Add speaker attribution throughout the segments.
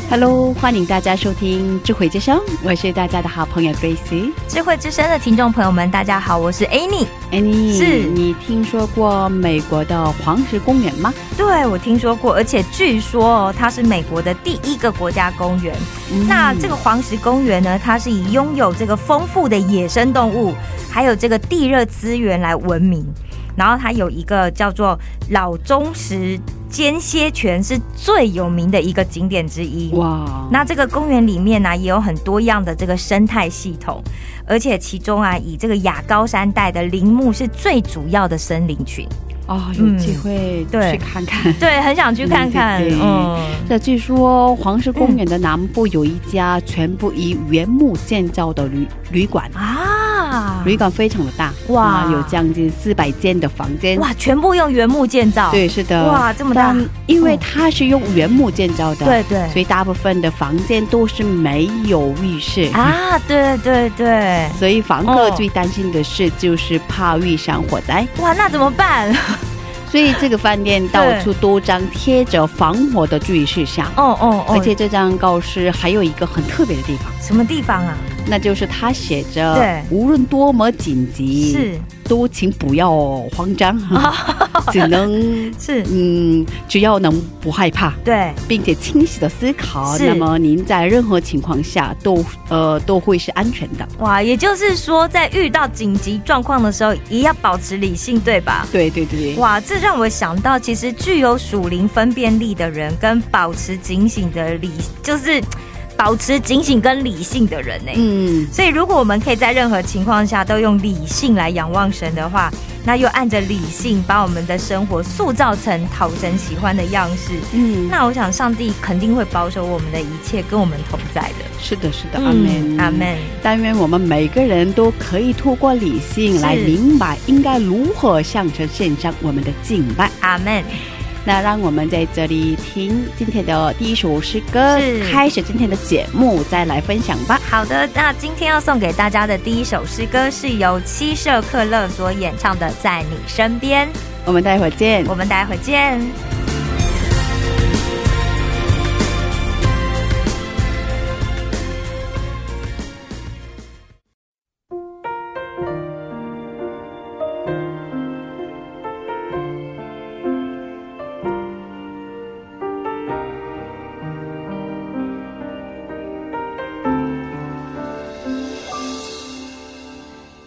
Speaker 1: Hello，欢迎大家收听《智慧之声》，我是大家的好朋友 Gracie。
Speaker 2: 智慧之声的听众朋友们，大家好，我是 Annie。
Speaker 1: Annie，
Speaker 2: 是
Speaker 1: 你听说过美国的黄石公园吗？
Speaker 2: 对，我听说过，而且据说哦，它是美国的第一个国家公园。
Speaker 1: 嗯
Speaker 2: 那这个黄石公园呢，它是以拥有这个丰富的野生动物，还有这个地热资源来闻名。然后它有一个叫做老钟石间歇泉，是最有名的一个景点之一。
Speaker 1: 哇，
Speaker 2: 那这个公园里面呢、也有很多样的这个生态系统，而且其中啊，以这个亚高山带的林木是最主要的森林群。
Speaker 1: 哦，有
Speaker 2: 嗯
Speaker 1: 机会
Speaker 2: 对
Speaker 1: 去看看。
Speaker 2: 对，很想去看看。
Speaker 1: 嗯对对
Speaker 2: 嗯，
Speaker 1: 这据说黄石公园的南部有一家全部以原木建造的旅旅馆，
Speaker 2: 啊，
Speaker 1: 旅馆非常的大，
Speaker 2: 哇
Speaker 1: 啊有将近四百间的房间。
Speaker 2: 哇，全部用原木建造。
Speaker 1: 对，是的，
Speaker 2: 哇这么大嗯
Speaker 1: 但因为它是用原木建造的，
Speaker 2: 对对
Speaker 1: 所以大部分的房间都是没有浴室。
Speaker 2: 啊，对对对，
Speaker 1: 所以房客
Speaker 2: 哦
Speaker 1: 最担心的事就是怕遇上火灾，
Speaker 2: 哇，那怎么办？
Speaker 1: 所以这个饭店到处都张贴着防火的注意事项，
Speaker 2: 哦哦哦，
Speaker 1: 而且这张告示还有一个很特别的地方，
Speaker 2: 什么地方啊？
Speaker 1: 那就是它写着
Speaker 2: 对
Speaker 1: 无论多么紧急，
Speaker 2: 是
Speaker 1: 都请不要慌 张，只能
Speaker 2: 是，
Speaker 1: 嗯，只要能不害怕。
Speaker 2: 对，
Speaker 1: 并且清晰的思考，
Speaker 2: 是
Speaker 1: 那么您在任何情况下都呃都会是安全的。
Speaker 2: 哇，也就是说，在遇到紧急状况的时候，也要保持理性，对吧？
Speaker 1: 对对对对，
Speaker 2: 哇，这让我想到，其实具有属灵分辨力的人，跟保持警醒的理，就是保持警醒跟理性的人呢、
Speaker 1: 嗯。
Speaker 2: 所以，如果我们可以在任何情况下都用理性来仰望神的话，那又按着理性把我们的生活塑造成讨神喜欢的样式，
Speaker 1: 嗯，
Speaker 2: 那我想上帝肯定会保守我们的一切，跟我们同在的。
Speaker 1: 是的，是的，阿门，
Speaker 2: 嗯阿。门。
Speaker 1: 但愿我们每个人都可以透过理性
Speaker 2: 是
Speaker 1: 来明白应该如何向神献上我们的敬拜。
Speaker 2: 阿门。
Speaker 1: 那让我们在这里听今天的第一首诗歌
Speaker 2: 是，
Speaker 1: 开始今天的节目，再来分享吧。
Speaker 2: 好的，那今天要送给大家的第一首诗歌是由七舍克勒所演唱的《在你身边》，
Speaker 1: 我们待会儿见。
Speaker 2: 我们待会见。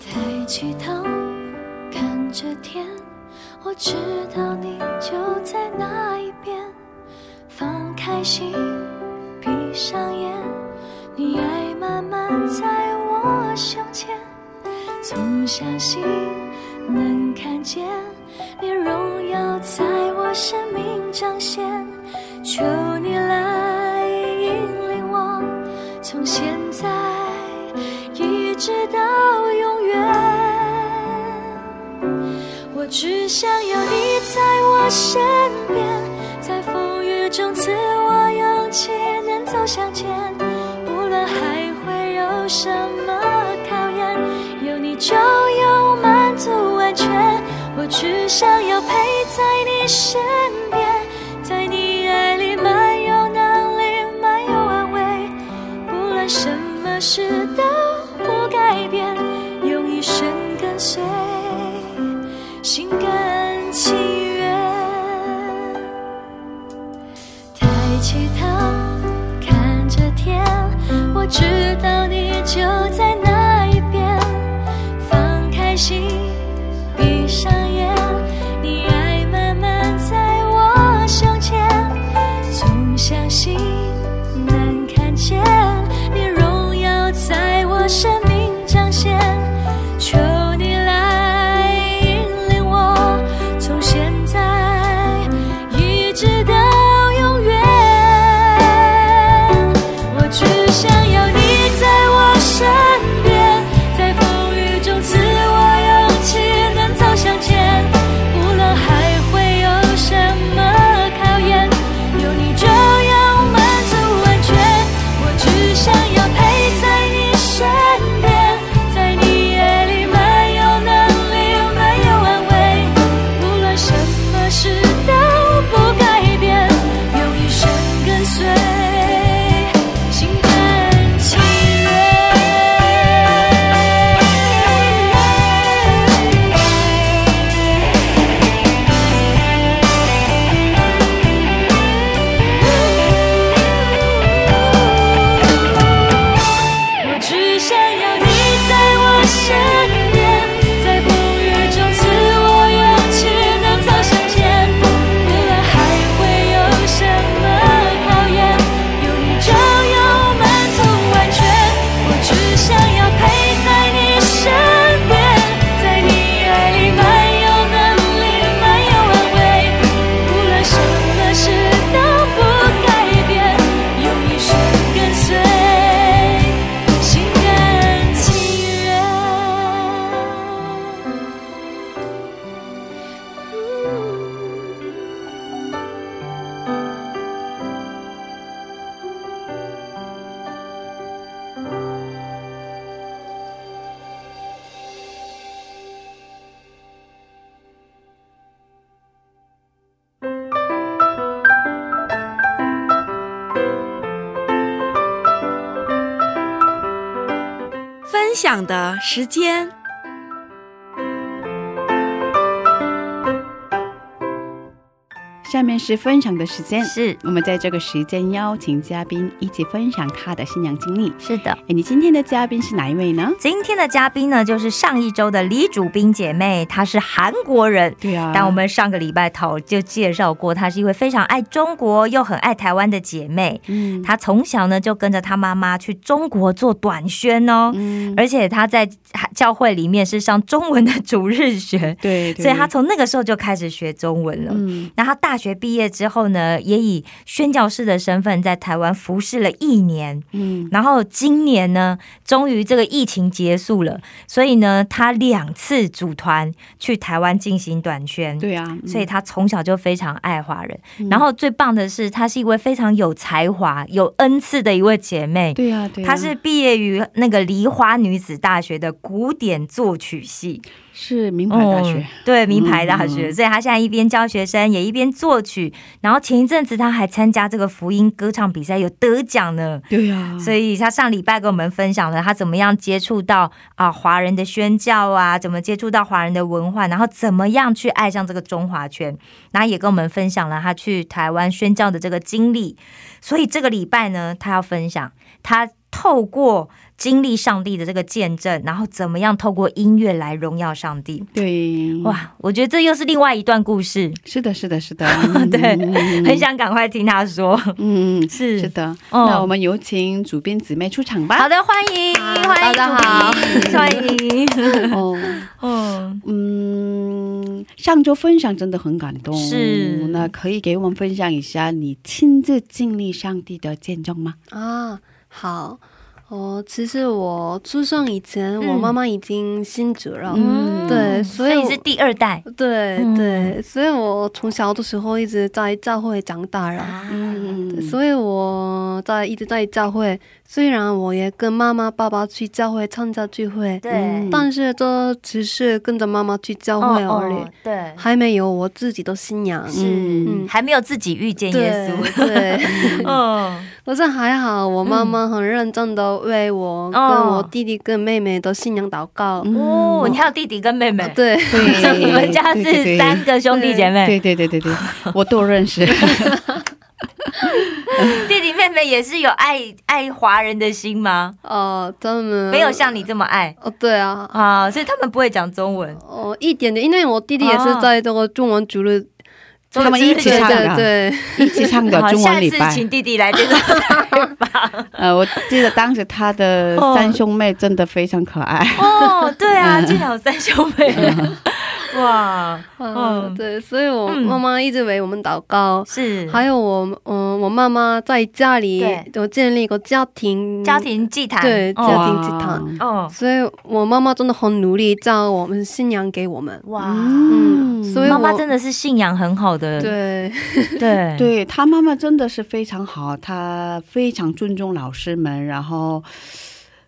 Speaker 3: 抬起头，看着天，我知道你就在那一边。放开心，闭上眼，你爱慢慢在我胸前。总相信能看见你荣耀在我生命彰显，求你来引领我，从现在一直到永远。我只想有你在我身边，在风雨中赐我勇气，能走向前。无论还会有什么考验，有你就有满足完全。我只想要陪在你身边，在你爱里漫有能力，漫有安慰。不论什么事都不改变，用一生跟随，心甘情愿。抬起头，看着天，我知道你就在那一边。放开心，现，你荣耀在我生命彰显。求你来引领我，从现在一直到永远。我只想要你在我身边，在风雨中赐我勇气，能走向前。无论还会有什么考验，有你就让我满足完全。我只想要陪在你身边，在你夜里漫有能力，漫有安慰。无论什么事都不改变，用一生跟随，心甘情愿。我只想要你在我身边，在风雨中赐我勇气，能走向前。无论还会有什么考验，有你就有满足完全。我只想要陪在你身边，在你爱里漫有能力，漫有安慰。无论什么事都不改变，用一生跟随。心甘情愿。
Speaker 4: 分享的时间。
Speaker 1: 下面是分享的时间，
Speaker 2: 是
Speaker 1: 我们在这个时间邀请嘉宾一起分享他的新娘经历。
Speaker 2: 是的。
Speaker 1: 哎，你今天的嘉宾是哪一位呢？
Speaker 2: 今天的嘉宾呢，就是上一周的李主冰姐妹，她是韩国人。
Speaker 1: 对啊
Speaker 2: 但我们上个礼拜讨就介绍过，她是一位非常爱中国又很爱台湾的姐妹。
Speaker 1: 嗯，
Speaker 2: 她从小呢就跟着她妈妈去中国做短宣哦，
Speaker 1: 嗯，
Speaker 2: 而且她在教会里面是上中文的主日学，
Speaker 1: 对，对
Speaker 2: 所以她从那个时候就开始学中文了。
Speaker 1: 嗯
Speaker 2: 那她大学毕业之后呢，也以宣教士的身份在台湾服侍了一年。
Speaker 1: 嗯
Speaker 2: 然后今年呢，终于这个疫情结束了，所以呢，他两次组团去台湾进行短宣。
Speaker 1: 对啊，嗯
Speaker 2: 所以他从小就非常爱华人，然后最棒的是，她是一位非常有才华、有恩赐的一位姐妹。
Speaker 1: 对啊，对啊，
Speaker 2: 她是毕业于那个梨花女子大学的古典作曲系，
Speaker 1: 是名牌大学
Speaker 2: 嗯，对名牌大
Speaker 1: 嗯
Speaker 2: 学，所以她现在一边教学生，也一边作曲。然后前一阵子她还参加这个福音歌唱比赛，有得奖呢。
Speaker 1: 对啊，
Speaker 2: 所以他上礼拜跟我们分享了他怎么样接触到啊华人的宣教啊，怎么接触到华人的文化，然后怎么样去爱上这个中华圈，然后也跟我们分享了他去台湾宣教的这个经历。所以这个礼拜呢，他要分享他透过经历上帝的这个见证，然后怎么样透过音乐来荣耀上帝。
Speaker 1: 对，，
Speaker 2: 哇，我觉得这又是另外一段故事，，
Speaker 1: 是的，是的，是的
Speaker 2: 对
Speaker 1: 嗯
Speaker 2: 很，想赶快听他说。
Speaker 1: 嗯嗯嗯，
Speaker 2: 是
Speaker 1: 是的，
Speaker 2: 嗯
Speaker 1: 那我们有请主编姊妹出场吧。
Speaker 2: 好的，欢迎，欢
Speaker 1: 大
Speaker 2: 迎，
Speaker 1: 家好，
Speaker 2: 欢 迎，
Speaker 1: 哦，
Speaker 2: 嗯。
Speaker 1: 嗯，上周分享真的很感动，
Speaker 2: 是
Speaker 1: 那可以给我们分享一下你亲自经历上帝的见证吗？
Speaker 5: 啊，好哦。其实我出生以前，我
Speaker 2: 嗯
Speaker 5: 妈妈已经信主了，
Speaker 1: 嗯
Speaker 5: 对所以
Speaker 2: 所以
Speaker 5: 我
Speaker 2: 是第二代
Speaker 5: 对
Speaker 2: 嗯
Speaker 5: 对，所以我从小的时候一直在教会长大了。
Speaker 2: 啊
Speaker 1: 嗯，
Speaker 5: 所以我在一直在教会，虽然我也跟妈妈、爸爸去教会参加聚会，
Speaker 2: 对
Speaker 1: 嗯
Speaker 5: 但是这只是跟着妈妈去教会而已，
Speaker 2: 哦哦对，
Speaker 5: 还没有我自己的信仰。
Speaker 2: 是
Speaker 1: 嗯
Speaker 2: 还没有自己遇见耶
Speaker 5: 对
Speaker 2: 稣，
Speaker 5: 对，
Speaker 2: 嗯，
Speaker 5: 可是还好，我妈妈很认真的为我、跟我弟弟、跟妹妹的信仰祷告。
Speaker 2: 哦，你还有弟弟跟妹妹，
Speaker 1: 嗯
Speaker 5: 对，
Speaker 1: 啊对
Speaker 2: 所以你们家
Speaker 1: 对对
Speaker 2: 是
Speaker 1: 对
Speaker 2: 三个兄弟姐妹，
Speaker 1: 对对对对对，我都认识。
Speaker 2: 弟弟妹妹也是有爱爱华人的心吗？
Speaker 5: 哦、他们
Speaker 2: 没有像你这么爱
Speaker 5: 哦，对啊，
Speaker 2: 啊，所以他们不会讲中文，
Speaker 5: 哦，一点点，因为我弟弟也是
Speaker 2: 哦
Speaker 5: 在这个中文主日，
Speaker 1: 他们一起
Speaker 5: 对
Speaker 1: 唱
Speaker 5: 对
Speaker 1: 的，
Speaker 5: 对，
Speaker 1: 一起唱的
Speaker 2: 好，
Speaker 1: 中
Speaker 2: 下
Speaker 1: 文礼
Speaker 2: 次
Speaker 1: 拜。
Speaker 2: 请弟弟来这个采访长
Speaker 1: 呃，我记得当时他的
Speaker 2: 哦
Speaker 1: 三兄妹真的非常可爱。
Speaker 2: 哦，对啊，
Speaker 1: 嗯
Speaker 2: 竟然有三兄 妹，哇，
Speaker 5: 啊，
Speaker 2: 嗯
Speaker 5: 对，所以我
Speaker 2: 嗯
Speaker 5: 妈妈一直为我们祷告，
Speaker 2: 是
Speaker 5: 还有我，嗯、我妈妈在家里
Speaker 2: 对
Speaker 5: 有建立一个家庭，
Speaker 2: 家庭祭坛，
Speaker 5: 对家
Speaker 2: 哦
Speaker 5: 庭集团
Speaker 2: 哦，
Speaker 5: 所以我妈妈真的很努力，将我们信仰给我们。
Speaker 2: 哇，
Speaker 5: 嗯，所以我
Speaker 2: 妈妈真的是信仰很好的，
Speaker 5: 对
Speaker 2: 对
Speaker 1: 对他妈妈真的是非常好，他非常尊重老师们，然后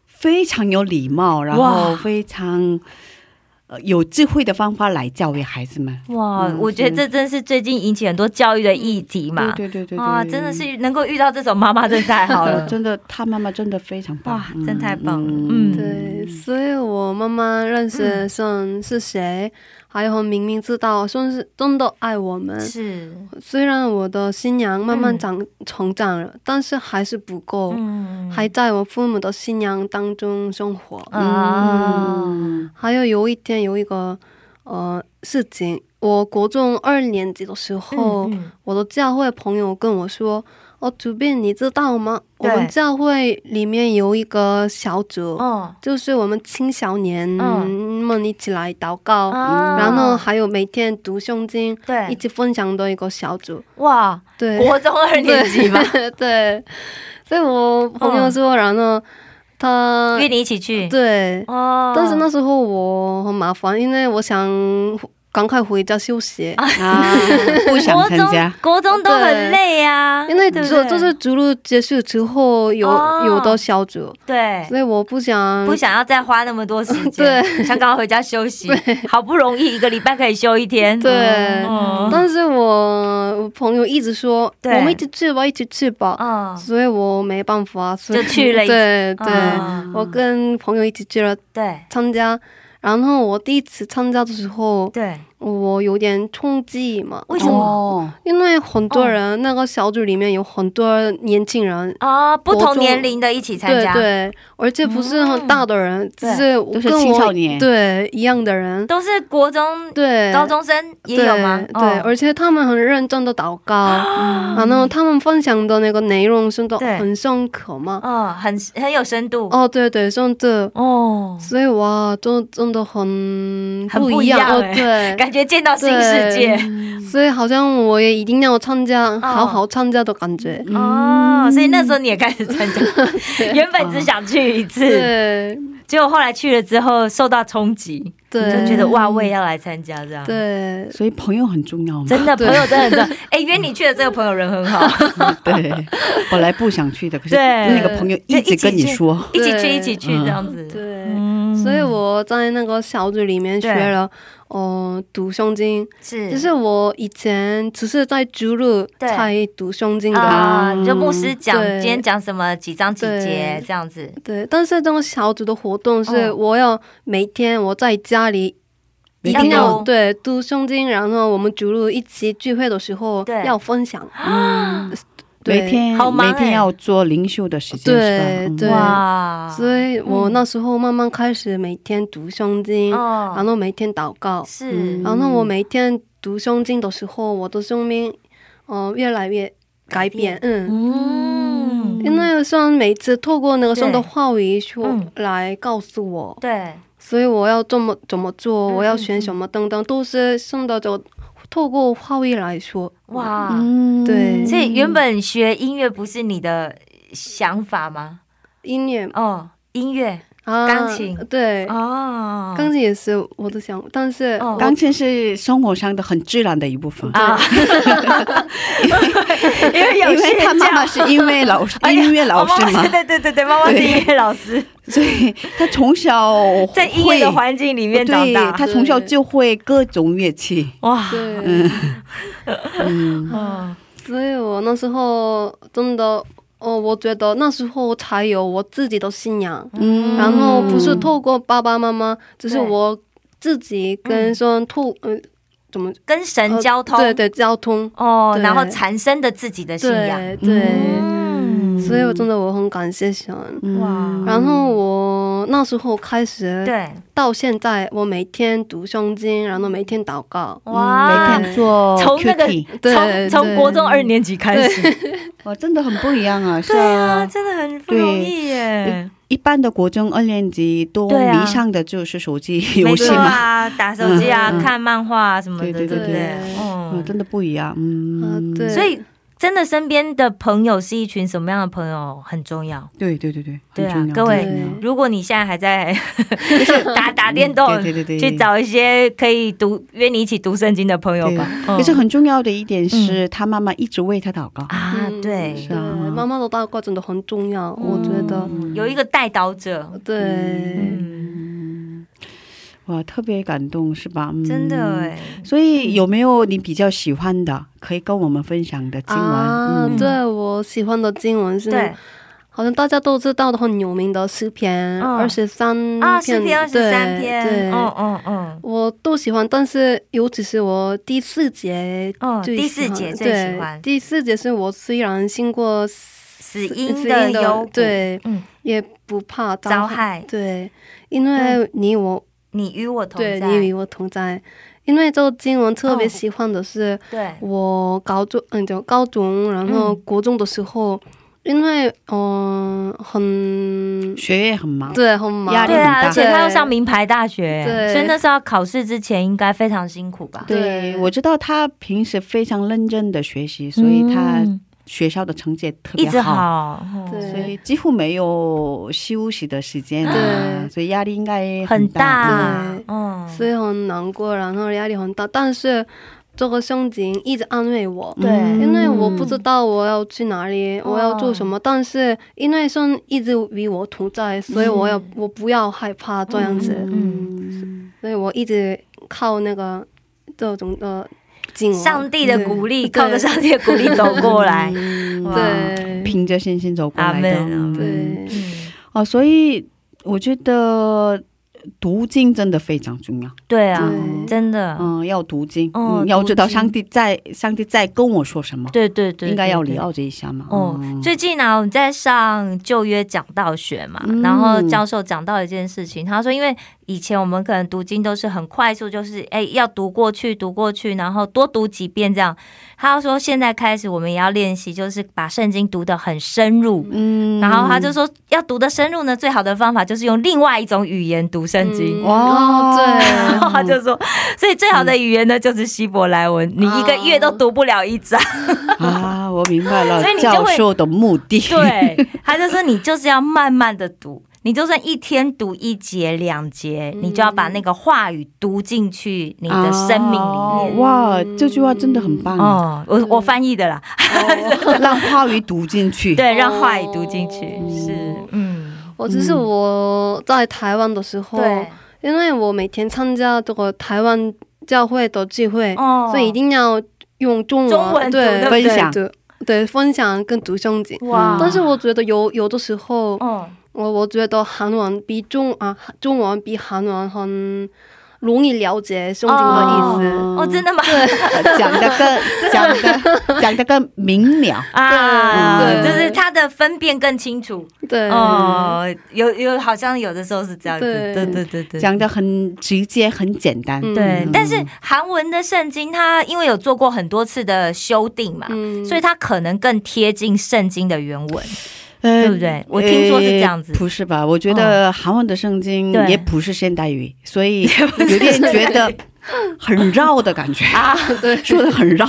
Speaker 1: 非常有礼貌，然后
Speaker 2: 哇
Speaker 1: 非常呃有智慧的方法来教育孩子们。
Speaker 2: 哇，
Speaker 1: 嗯
Speaker 2: 我觉得这真是最近引起很多教育的议题嘛，
Speaker 1: 对对对对
Speaker 2: 啊，
Speaker 1: 对
Speaker 2: 真的是能够遇到这种妈妈，真的太好
Speaker 1: 呃
Speaker 2: 了，
Speaker 1: 真的，他妈妈真的非常棒
Speaker 2: 哇，真太棒了嗯
Speaker 5: 对，所以我妈妈认识神是谁，还有明明知道神是真的爱我们。
Speaker 2: 是，
Speaker 5: 虽然我的信仰慢慢
Speaker 2: 嗯
Speaker 5: 长、成长了，但是还是不够。
Speaker 2: 嗯
Speaker 5: 还在我父母的信仰当中生活。
Speaker 2: 啊，
Speaker 1: 嗯
Speaker 5: 还有有一天有一个呃事情，我国中二年级的时候，
Speaker 2: 嗯
Speaker 5: 我的教会朋友跟我说：“哦，主编，你知道吗？我
Speaker 2: 对
Speaker 5: 们教会里面有一个小组，
Speaker 2: 哦，
Speaker 5: 就是我们青少年
Speaker 2: 嗯
Speaker 5: 们一起来祷告。
Speaker 2: 啊
Speaker 5: 嗯然后还有每天读圣经，一
Speaker 2: 对，
Speaker 5: 起分享的一个小组，
Speaker 2: 哇，
Speaker 5: 对，
Speaker 2: 国中二年级嘛，
Speaker 5: 对 对，所以我朋友说，然后他
Speaker 2: 约你一起去，
Speaker 5: 对，
Speaker 2: 哦，
Speaker 5: 但是那时候我很麻烦，因为我想赶快回家休息，
Speaker 1: 啊， 不想参加。
Speaker 2: 国中都很累啊，
Speaker 5: 哦因为
Speaker 2: 对
Speaker 5: 就
Speaker 2: 不对
Speaker 5: 就是逐鹿结束之后有
Speaker 2: 哦
Speaker 5: 有的小组，
Speaker 2: 对。
Speaker 5: 所以我不想
Speaker 2: 不想要再花那么多时间，
Speaker 5: 嗯对
Speaker 2: 想赶快回家休息。好不容易一个礼拜可以休一天，
Speaker 5: 对
Speaker 2: 嗯，
Speaker 5: 但是我我朋友一直说我
Speaker 2: 对
Speaker 5: 们一起去吧，一起去吧，
Speaker 2: 嗯，
Speaker 5: 所以我没办法，所以
Speaker 2: 就去了一次
Speaker 5: 对对，
Speaker 2: 嗯
Speaker 5: 我跟朋友一起去了
Speaker 2: 对
Speaker 5: 参加。然后我第一次参加的时候，
Speaker 2: 对，
Speaker 5: 我有点冲击嘛，
Speaker 2: 为什么？
Speaker 1: 哦，
Speaker 5: 因为很多人、那个小组里面有很多年轻人，
Speaker 2: 啊，不
Speaker 5: 国
Speaker 2: 同
Speaker 5: 中
Speaker 2: 年龄的一起参
Speaker 5: 对
Speaker 2: 加，嗯
Speaker 5: 对，而且不是很大的人，只是我
Speaker 1: 都是
Speaker 5: 跟我
Speaker 1: 青少年
Speaker 5: 对一样的人，
Speaker 2: 都是国中、
Speaker 5: 对，
Speaker 2: 高中生也有吗？哦
Speaker 5: 对，对而且他们很认真的祷告， 嗯然后他们分享的那个内容真的
Speaker 2: 对
Speaker 5: 很深刻嘛，
Speaker 2: 嗯，很很有深度
Speaker 5: 哦，对对，甚至。
Speaker 2: 哦，
Speaker 5: 所以哇，真真的很
Speaker 2: 很
Speaker 5: 不
Speaker 2: 不
Speaker 5: 一
Speaker 2: 一
Speaker 5: 样
Speaker 2: 样
Speaker 5: 哦，
Speaker 2: 欸
Speaker 5: 对，
Speaker 2: 感觉见到新世界
Speaker 5: 所以好像我也一定要参加，好好参加的感觉。
Speaker 1: 嗯
Speaker 2: 哦，所以那时候你也开始参 加，原本只想去一次，
Speaker 5: 嗯对
Speaker 2: 结果后来去了之后受到冲击，
Speaker 5: 对，
Speaker 2: 就觉得哇，我也要来参加这样。
Speaker 5: 对
Speaker 1: 所以朋友很重要嘛。
Speaker 2: 真的，朋
Speaker 5: 对
Speaker 2: 友真的真 的，哎、约你去的这个朋友人很 好，
Speaker 1: 对，本来不想去的，可是
Speaker 2: 对
Speaker 1: 那个朋友一直跟你说，
Speaker 2: 一
Speaker 5: 对
Speaker 2: 起去，一起去
Speaker 1: 嗯
Speaker 2: 这样子。
Speaker 5: 对、
Speaker 2: 嗯
Speaker 5: 所以我在那个小组里面学
Speaker 2: 对
Speaker 5: 了，哦、读胸经，
Speaker 2: 是
Speaker 5: 就是我以前只是在逐鹿
Speaker 2: 对
Speaker 5: 才读胸经的。
Speaker 2: 啊，
Speaker 1: 嗯
Speaker 2: 就牧师讲
Speaker 5: 对
Speaker 2: 今天讲什么几章几节
Speaker 5: 对
Speaker 2: 这样子，
Speaker 5: 对，但是这种小组的活动是
Speaker 2: 哦
Speaker 5: 我要每天我在家里
Speaker 1: 每
Speaker 5: 一
Speaker 1: 天
Speaker 5: 定
Speaker 2: 都
Speaker 5: 要对读胸经，然后我们逐鹿一起聚会的时候
Speaker 2: 对啊
Speaker 5: 要分享，
Speaker 1: 嗯，
Speaker 5: 对
Speaker 1: 每天
Speaker 2: 好忙欸
Speaker 1: 每天要做灵修的时间，
Speaker 5: 对
Speaker 1: 是吧？嗯
Speaker 5: 对
Speaker 2: 哇，
Speaker 5: 所以我
Speaker 2: 嗯
Speaker 5: 那时候慢慢开始每天读胸经，然
Speaker 2: 哦，嗯
Speaker 5: 后每天祷告，
Speaker 2: 是
Speaker 5: 然后我每天读胸经的时候，我的生命，嗯、越来越改变，嗯。
Speaker 2: 嗯，
Speaker 5: 因为神每次透过那个神的
Speaker 2: 对
Speaker 5: 话语说
Speaker 2: 嗯
Speaker 5: 来告诉我，
Speaker 2: 对，
Speaker 5: 所以我要这么怎么做，
Speaker 2: 嗯
Speaker 5: 我要选什么等等，都是神的就透过话语来说。
Speaker 2: 哇，
Speaker 1: 嗯，
Speaker 5: 对
Speaker 2: 所以原本学音乐不是你的想法吗？
Speaker 5: 音乐
Speaker 2: 哦，音乐
Speaker 5: 啊，
Speaker 2: 钢琴
Speaker 5: 对，
Speaker 2: 哦，
Speaker 5: 钢琴也是我的想，但是
Speaker 2: 哦
Speaker 1: 钢琴是生活上的很自然的一部分。
Speaker 2: 啊， 因为有
Speaker 1: 因为他
Speaker 2: 睡
Speaker 1: 妈妈
Speaker 2: 觉。
Speaker 1: 是因为老师，
Speaker 2: 哎呀
Speaker 1: 音乐老师
Speaker 2: 哦妈
Speaker 1: 嘛
Speaker 2: 妈，对对对对，妈妈是
Speaker 1: 对
Speaker 2: 音乐老师，
Speaker 1: 所以他从小会
Speaker 2: 在音乐的环境里面长
Speaker 1: 对，
Speaker 2: 大。
Speaker 1: 他从小就会各种乐器。
Speaker 2: 哇，
Speaker 5: 对，
Speaker 1: 嗯，
Speaker 2: 嗯，
Speaker 5: 所以我那时候真的，哦，我觉得那时候才有我自己的信仰，
Speaker 1: 嗯
Speaker 5: 然后不是透过爸爸妈妈，只是我自己跟说透，嗯、怎么
Speaker 2: 跟神交通，
Speaker 5: 对对，交通，
Speaker 2: 哦，
Speaker 5: 对
Speaker 2: 然后产生的自己的信仰。
Speaker 5: 对对。
Speaker 2: 嗯，
Speaker 5: 所以我真的我很感谢神。
Speaker 1: 嗯
Speaker 2: 哇
Speaker 5: 然后我那时候开学
Speaker 2: 嗯对，
Speaker 5: 到现在，我每天读圣经，然后每天祷告。
Speaker 2: 哇
Speaker 1: 每，天做
Speaker 2: 从那个
Speaker 1: QT，
Speaker 5: 对
Speaker 2: 从从
Speaker 5: 对
Speaker 2: 国中二年级开始，
Speaker 1: 哇，真的很不一样啊！是
Speaker 2: 对啊，，真的很不容易耶，
Speaker 1: 一般的国中二年级都
Speaker 2: 对啊
Speaker 1: 迷上的就是手机
Speaker 2: 没
Speaker 1: 游戏
Speaker 2: 错
Speaker 1: 嘛，
Speaker 2: 啊，打手机啊，
Speaker 5: 嗯嗯
Speaker 2: 看漫画啊什么的，
Speaker 1: 对
Speaker 2: 对
Speaker 1: 对
Speaker 2: 不
Speaker 5: 对
Speaker 2: 对？
Speaker 5: 对
Speaker 1: 嗯，
Speaker 2: 嗯，
Speaker 1: 真的不一样，嗯，
Speaker 5: 啊，对，
Speaker 2: 所以真的身边的朋友是一群什么样的朋友很重要。
Speaker 1: 对对对对，很
Speaker 2: 对啊
Speaker 1: 重要
Speaker 2: 各位
Speaker 1: 很重要
Speaker 2: 如果你现在还 在就是打打电动，
Speaker 1: 嗯对对对对，
Speaker 2: 去找一些可以读约你一起读圣经的朋友吧。嗯
Speaker 1: 可是很重要的一点是，他妈妈一直为他祷告。
Speaker 2: 啊，
Speaker 5: 嗯
Speaker 2: 对
Speaker 1: 是，啊
Speaker 5: 妈妈的祷告真的很重要，我觉得。
Speaker 2: 嗯有一个带导者，
Speaker 5: 对，
Speaker 2: 嗯，
Speaker 1: 哇，特别感动是吧？嗯、
Speaker 2: 真的哎。
Speaker 1: 所以有没有你比较喜欢的，可以跟我们分享的经文？
Speaker 5: 啊，
Speaker 1: 嗯、
Speaker 5: 对我喜欢的经文是
Speaker 2: 对
Speaker 5: 好像大家都知道的很有名的诗篇
Speaker 2: 嗯
Speaker 5: 二十三
Speaker 2: 啊，四篇二十三
Speaker 5: 对，
Speaker 2: 篇，嗯嗯嗯
Speaker 5: 我都喜欢，但是尤其是
Speaker 2: 哦
Speaker 5: 我第四节
Speaker 2: 嗯，
Speaker 5: 最
Speaker 2: 第
Speaker 5: 喜
Speaker 2: 四
Speaker 5: 欢
Speaker 2: 节最喜
Speaker 5: 对
Speaker 2: 欢
Speaker 5: 第四节是我虽然经过死
Speaker 2: 死因
Speaker 5: 死
Speaker 2: 的幽谷，，
Speaker 5: 对，
Speaker 2: 嗯，
Speaker 5: 也不怕
Speaker 2: 遭
Speaker 5: 遭害，
Speaker 2: 害，
Speaker 5: 对，因为你我
Speaker 2: 你与我同
Speaker 5: 对
Speaker 2: 在，
Speaker 5: 你与我同在。因为这个经文特别
Speaker 2: 哦
Speaker 5: 喜欢的是，
Speaker 2: 对，
Speaker 5: 我高中嗯就高中，然后
Speaker 2: 嗯
Speaker 5: 国中的时候，因为嗯、很
Speaker 1: 学业很忙，
Speaker 5: 对很忙，
Speaker 1: 压力
Speaker 2: 对啊，
Speaker 1: 很大
Speaker 2: 而且他要上名牌大学，
Speaker 5: 对
Speaker 2: 所以那时候考试之前应该非常辛苦吧？
Speaker 1: 对
Speaker 5: 对
Speaker 1: 我知道他平时非常认真的学习，所以他
Speaker 2: 嗯
Speaker 1: 学校的成绩也特
Speaker 2: 一
Speaker 1: 别
Speaker 2: 直
Speaker 1: 好。
Speaker 2: 好，嗯
Speaker 5: 对
Speaker 1: 所以几乎没有休息的时间啊，
Speaker 5: 对
Speaker 1: 所以压力应该
Speaker 2: 很
Speaker 1: 大。
Speaker 2: 大
Speaker 5: 对，
Speaker 2: 嗯，
Speaker 5: 所以很难过，然后压力很大。但是这个圣经一直安慰我，
Speaker 2: 对
Speaker 1: 嗯
Speaker 5: 因为我不知道我要去哪里，我要做什
Speaker 2: 哦
Speaker 5: 么。但是因为神一直与我同在，所以我要、
Speaker 2: 嗯
Speaker 5: 我不要害怕这样子。
Speaker 1: 嗯，
Speaker 5: 所以我一直靠那个这种的
Speaker 1: 嗯
Speaker 5: 经文，
Speaker 2: 上帝的鼓励，
Speaker 5: 对
Speaker 2: 靠着上帝的鼓励走过 来，哇
Speaker 5: 对对
Speaker 1: 凭着信心走过来的。
Speaker 2: 阿门阿门
Speaker 1: 嗯
Speaker 5: 对
Speaker 2: 嗯
Speaker 1: 哦，所以我觉得读经真的非常重要。
Speaker 2: 对啊，
Speaker 5: 对
Speaker 2: 真的，
Speaker 1: 嗯，要读经，
Speaker 2: 哦
Speaker 1: 嗯，要知道
Speaker 2: 读经
Speaker 1: 上帝在，上帝在跟我说什么，
Speaker 2: 对对对，
Speaker 1: 应该要
Speaker 2: 对
Speaker 1: 了解一下嘛。嗯
Speaker 2: 哦，最近呢、我们在上旧约讲道学嘛，
Speaker 1: 嗯
Speaker 2: 然后教授讲到一件事情，他说，因为以前我们可能读经都是很快速，就是哎要读过去，读过去，然后多读几遍这样。他说现在开始我们也要练习，就是把圣经读得很深入。
Speaker 1: 嗯
Speaker 2: 然后他就说，要读得深入呢，最好的方法就是用另外一种语言读圣经。
Speaker 5: 嗯哦
Speaker 2: 然后他就说，
Speaker 1: 嗯
Speaker 2: 所以最好的语言呢，就是希伯来文，你一个月都
Speaker 1: 哦
Speaker 2: 读不了一章。
Speaker 1: 啊，我明白了
Speaker 2: 所以你就
Speaker 1: 教
Speaker 2: 会
Speaker 1: 授的目的。，
Speaker 2: 对，他就说你就是要慢慢的读，你就算一天读一节两节，
Speaker 5: 嗯
Speaker 2: 你就要把那个话语读进去你的生命里
Speaker 5: 哦
Speaker 2: 面。
Speaker 1: 啊哇，这句话真的很棒啊！
Speaker 2: 哦，
Speaker 5: 嗯
Speaker 2: 我我翻译的啦，
Speaker 5: 对。
Speaker 1: 让话语读进去。，
Speaker 2: 对，让话语读进去
Speaker 5: 哦
Speaker 2: 是，嗯，
Speaker 5: 我只是我在台湾的时候，
Speaker 2: 对，
Speaker 5: 因为我每天参加这个台湾教会的聚会，
Speaker 2: 哦
Speaker 5: 所以一定要用中文
Speaker 2: 中文读对
Speaker 5: 对
Speaker 1: 对
Speaker 2: 不
Speaker 1: 分享
Speaker 5: 对对分享跟读圣经。
Speaker 2: 哇，
Speaker 5: 但是我觉得有有的时候，
Speaker 2: 哦，
Speaker 5: 我我觉得韩文比中啊中文比韩文很容易了解圣经的意思。
Speaker 1: 哦
Speaker 2: 哦，真的吗？
Speaker 1: 讲的更讲的讲的更明了。
Speaker 2: 啊，
Speaker 5: 对对
Speaker 2: 就是它的分辨更清楚
Speaker 5: 对，
Speaker 2: 哦，有有好像有的时候是这样子，
Speaker 5: 对
Speaker 2: 对对对对，
Speaker 1: 讲的很直接，很简单。
Speaker 5: 嗯
Speaker 2: 对，但是韩文的圣经，它因为有做过很多次的修订嘛，
Speaker 5: 嗯
Speaker 2: 所以它可能更贴近圣经的原文。
Speaker 1: 呃
Speaker 2: 对不对我听说是这样子哦
Speaker 1: 呃不是吧？我觉得韩文的圣经
Speaker 2: 对
Speaker 1: 也不是现代语，所 以有点觉得很绕的 感觉啊，对，说的很绕，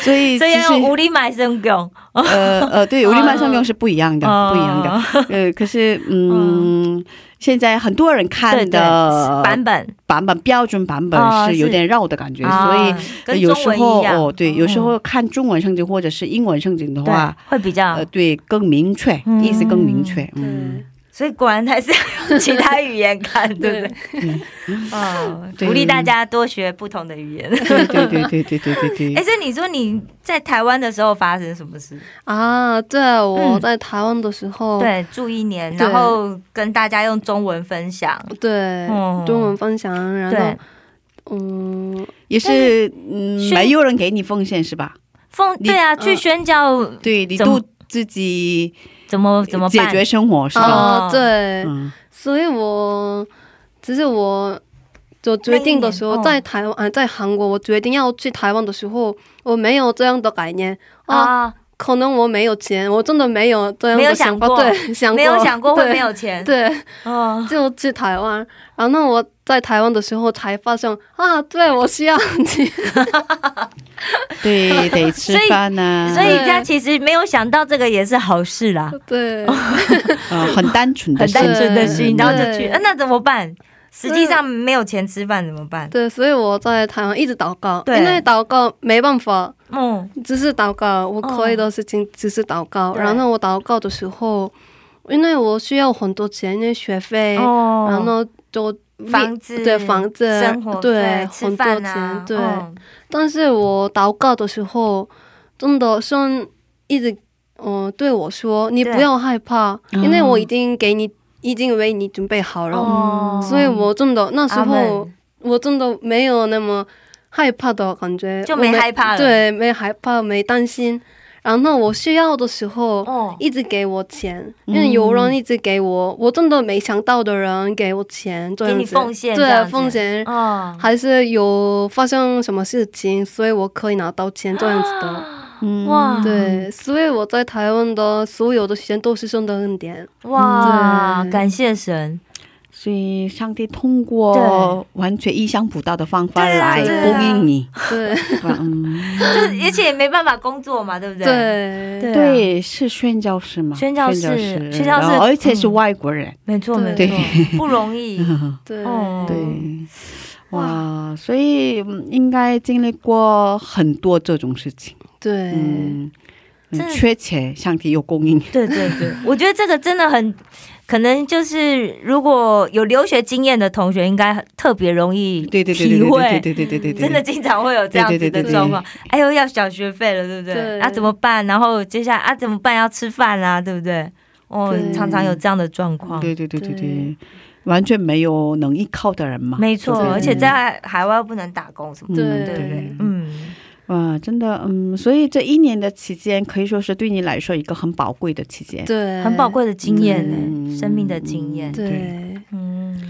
Speaker 1: 所以
Speaker 2: 所以
Speaker 1: 其实
Speaker 2: 要无理买圣经，
Speaker 1: 呃呃， 对，有利曼上用是不一样的，
Speaker 2: 哦
Speaker 1: 不一样的。呃，可 是嗯，现在很多人
Speaker 2: 对
Speaker 1: 看
Speaker 2: 对
Speaker 1: 的
Speaker 2: 版本，
Speaker 1: 版本标准版本
Speaker 2: 哦
Speaker 1: 是
Speaker 2: 是
Speaker 1: 有点绕的感觉，所以
Speaker 2: 啊。跟
Speaker 1: 有
Speaker 2: 中
Speaker 1: 时
Speaker 2: 文
Speaker 1: 候
Speaker 2: 一样嗯
Speaker 1: 哦，对，有时候看中文圣经或者是英文圣经的
Speaker 2: 对
Speaker 1: 话，
Speaker 2: 会比较
Speaker 1: 呃，，对，更明确，
Speaker 2: 嗯
Speaker 1: 意思更明确。嗯，
Speaker 5: 对
Speaker 2: 所以果然还是要用其他语言 看，对不对？ 哦，
Speaker 1: 对
Speaker 2: 鼓励大家多学不同的语言。
Speaker 1: 对对对对对对对 对。
Speaker 2: 哎，所以你说你在台湾的时候发生什么事？
Speaker 5: 啊，对，我在台湾的时候，
Speaker 2: 嗯对，住一年，
Speaker 5: 哦对
Speaker 2: 然后跟大家用中文分享。
Speaker 5: 对
Speaker 2: 哦
Speaker 5: 中文分享，然
Speaker 2: 对
Speaker 5: 后，嗯，
Speaker 1: 也是，嗯，
Speaker 2: 宣
Speaker 1: 没有人给你奉献是吧？
Speaker 2: 奉
Speaker 1: 你
Speaker 5: 呃
Speaker 2: 对啊，
Speaker 1: 嗯
Speaker 2: 去宣教
Speaker 1: 对，你
Speaker 2: 怎么
Speaker 1: 读自己
Speaker 2: 怎么怎么
Speaker 1: 解
Speaker 2: 办？哦
Speaker 1: 决生活是吧？
Speaker 5: 啊，对，
Speaker 1: 嗯，
Speaker 5: 所以我只是我就决定的时
Speaker 2: 那一
Speaker 5: 候，
Speaker 2: 年哦
Speaker 5: 在台湾、啊，在韩国，我决定要去台湾的时候，我没有这样的概念啊。
Speaker 2: 啊，
Speaker 5: 可能我没有钱，我真的没有这样
Speaker 2: 没有
Speaker 5: 的
Speaker 2: 想
Speaker 5: 法，
Speaker 2: 过
Speaker 5: 对，想过
Speaker 2: 没有想过会没有
Speaker 5: 对
Speaker 2: 钱，
Speaker 5: 对，
Speaker 2: 哦，
Speaker 5: 就去台湾。然后那我在台湾的时候才发现啊，对我需要钱，
Speaker 1: 对，得吃
Speaker 2: 所以
Speaker 1: 饭啊呐、
Speaker 2: 所以他其实没有想到这个也是好事啦，
Speaker 5: 对，
Speaker 1: 呃，很单纯的
Speaker 2: 很
Speaker 1: 事，
Speaker 2: 单纯的
Speaker 1: 对
Speaker 2: 心，然后就去，
Speaker 5: 对
Speaker 2: 啊那怎么办？实际上没有钱吃饭怎么办？
Speaker 5: 对，所以我在台湾一直祷告，
Speaker 2: 对
Speaker 5: 因为祷告没办法，
Speaker 2: 嗯，
Speaker 5: 只是祷告，我可以的事情只是祷告。
Speaker 2: 哦对
Speaker 5: 然后我祷告的时候，因为我需要很多钱，因为学费，
Speaker 2: 哦
Speaker 5: 然后就
Speaker 2: 房子
Speaker 5: 对房子
Speaker 2: 生活
Speaker 5: 对
Speaker 2: 费、吃
Speaker 5: 很多
Speaker 2: 饭啊
Speaker 5: 钱，对、
Speaker 2: 嗯
Speaker 5: 但是我祷告的时候，真的神一直嗯、呃对我说：“你
Speaker 2: 对
Speaker 5: 不要害怕，因为我已经给你，已经为你准备好了。
Speaker 2: 嗯哦
Speaker 5: 嗯所以我真的那时
Speaker 2: 阿
Speaker 5: 候
Speaker 2: 门
Speaker 5: 我真的没有那么害怕的感觉，
Speaker 2: 就没
Speaker 5: 我
Speaker 2: 害怕了
Speaker 5: 对，没害怕，没担心。然后我需要的时候，
Speaker 2: 哦嗯
Speaker 5: 一直给我钱，因为有人一直给我，我真的没想到的人给我钱，这样
Speaker 2: 给你
Speaker 5: 子
Speaker 2: 奉献这样
Speaker 5: 对
Speaker 2: 子
Speaker 5: 奉献，
Speaker 2: 哦，
Speaker 5: 还是有发生什么事情，所以我可以拿到钱这样子
Speaker 2: 啊
Speaker 5: 的。
Speaker 1: 嗯
Speaker 2: 哇
Speaker 5: 对，所以我在台湾的所有的时间都是神的恩典。
Speaker 2: 哇，
Speaker 1: 嗯
Speaker 5: 对
Speaker 2: 感谢神，
Speaker 1: 所以上帝通
Speaker 2: 对
Speaker 1: 过完全意想不到的方法
Speaker 2: 对啊
Speaker 1: 来
Speaker 5: 对啊
Speaker 1: 供应你，
Speaker 5: 对
Speaker 1: 嗯，
Speaker 2: 就是而且也没办法工作嘛，对不对？对
Speaker 5: 对
Speaker 2: 啊，
Speaker 1: 对，是宣教士吗？
Speaker 2: 宣教士宣
Speaker 1: 宣教士，
Speaker 2: 教士
Speaker 1: 然后而且是
Speaker 2: 嗯
Speaker 1: 外国人，
Speaker 2: 没错没
Speaker 5: 对
Speaker 2: 错，不容易。
Speaker 5: 对
Speaker 2: 哦
Speaker 1: 对，哇，所以嗯应该经历过很多这种事情，
Speaker 5: 对
Speaker 1: 嗯，嗯
Speaker 2: 真的
Speaker 1: 缺钱，上帝又供应，
Speaker 2: 对对对，我觉得这个真的很，可能就是如果有留学经验的同学，应该特别容易
Speaker 1: 对对对对
Speaker 2: 体会
Speaker 1: 对对对对对对对，
Speaker 2: 真的经常会有这样子
Speaker 1: 对对
Speaker 2: 的
Speaker 1: 对
Speaker 2: 状况。哎呦，要缴学费了，对不对？
Speaker 5: 对
Speaker 2: 啊，怎么办？然后接下来啊，怎么办？要吃饭啦、对不对？哦，
Speaker 5: 对
Speaker 2: 常常有这样的状况。
Speaker 1: 对对对对对
Speaker 5: 对，
Speaker 1: 完全没有能依靠的人嘛，
Speaker 2: 没错，
Speaker 1: 对不对
Speaker 2: 而且在海外不能打工什么的，
Speaker 5: 对
Speaker 2: 对不对
Speaker 5: 嗯？
Speaker 2: 嗯，
Speaker 1: 哇，真的，嗯，所以这一年的期间可以说是对你来说一个很宝贵的期间。
Speaker 5: 对，
Speaker 2: 嗯很宝。贵的经验呢、
Speaker 1: 嗯
Speaker 2: 生命的经验。
Speaker 5: 对
Speaker 2: 嗯，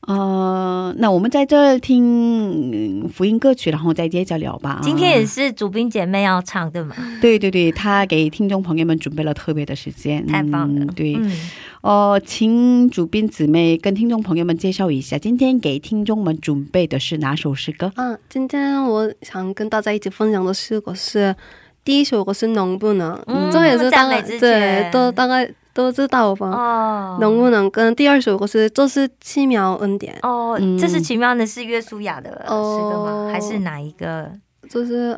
Speaker 1: 呃，那我们在这儿听嗯福音歌曲，然后再接着聊吧。啊
Speaker 2: 今天也、是主宾姐妹要唱的嘛，
Speaker 1: 对对对，他给听众朋友们准备了特别的时间，
Speaker 2: 太棒
Speaker 1: 嗯。
Speaker 2: 了
Speaker 1: 对，
Speaker 2: 嗯，
Speaker 1: 呃，请主编姊妹跟听众朋友们介绍一下，今天给听众们准备的是哪首诗 歌？
Speaker 5: 啊，今天我想跟大家一起分享的诗歌是第一首歌是《能不能》，
Speaker 2: 嗯
Speaker 5: 这也是大
Speaker 2: 赞
Speaker 5: 概
Speaker 2: 美之
Speaker 5: 对
Speaker 2: 泉
Speaker 5: 都大概都知道吧。
Speaker 2: 哦，
Speaker 5: 能不能跟第二首歌是《这是奇妙恩典
Speaker 2: 哦，
Speaker 1: 嗯
Speaker 2: 这是奇妙的是约书亚的诗歌吗？
Speaker 5: 哦
Speaker 2: 还是哪一个？》，
Speaker 5: 就是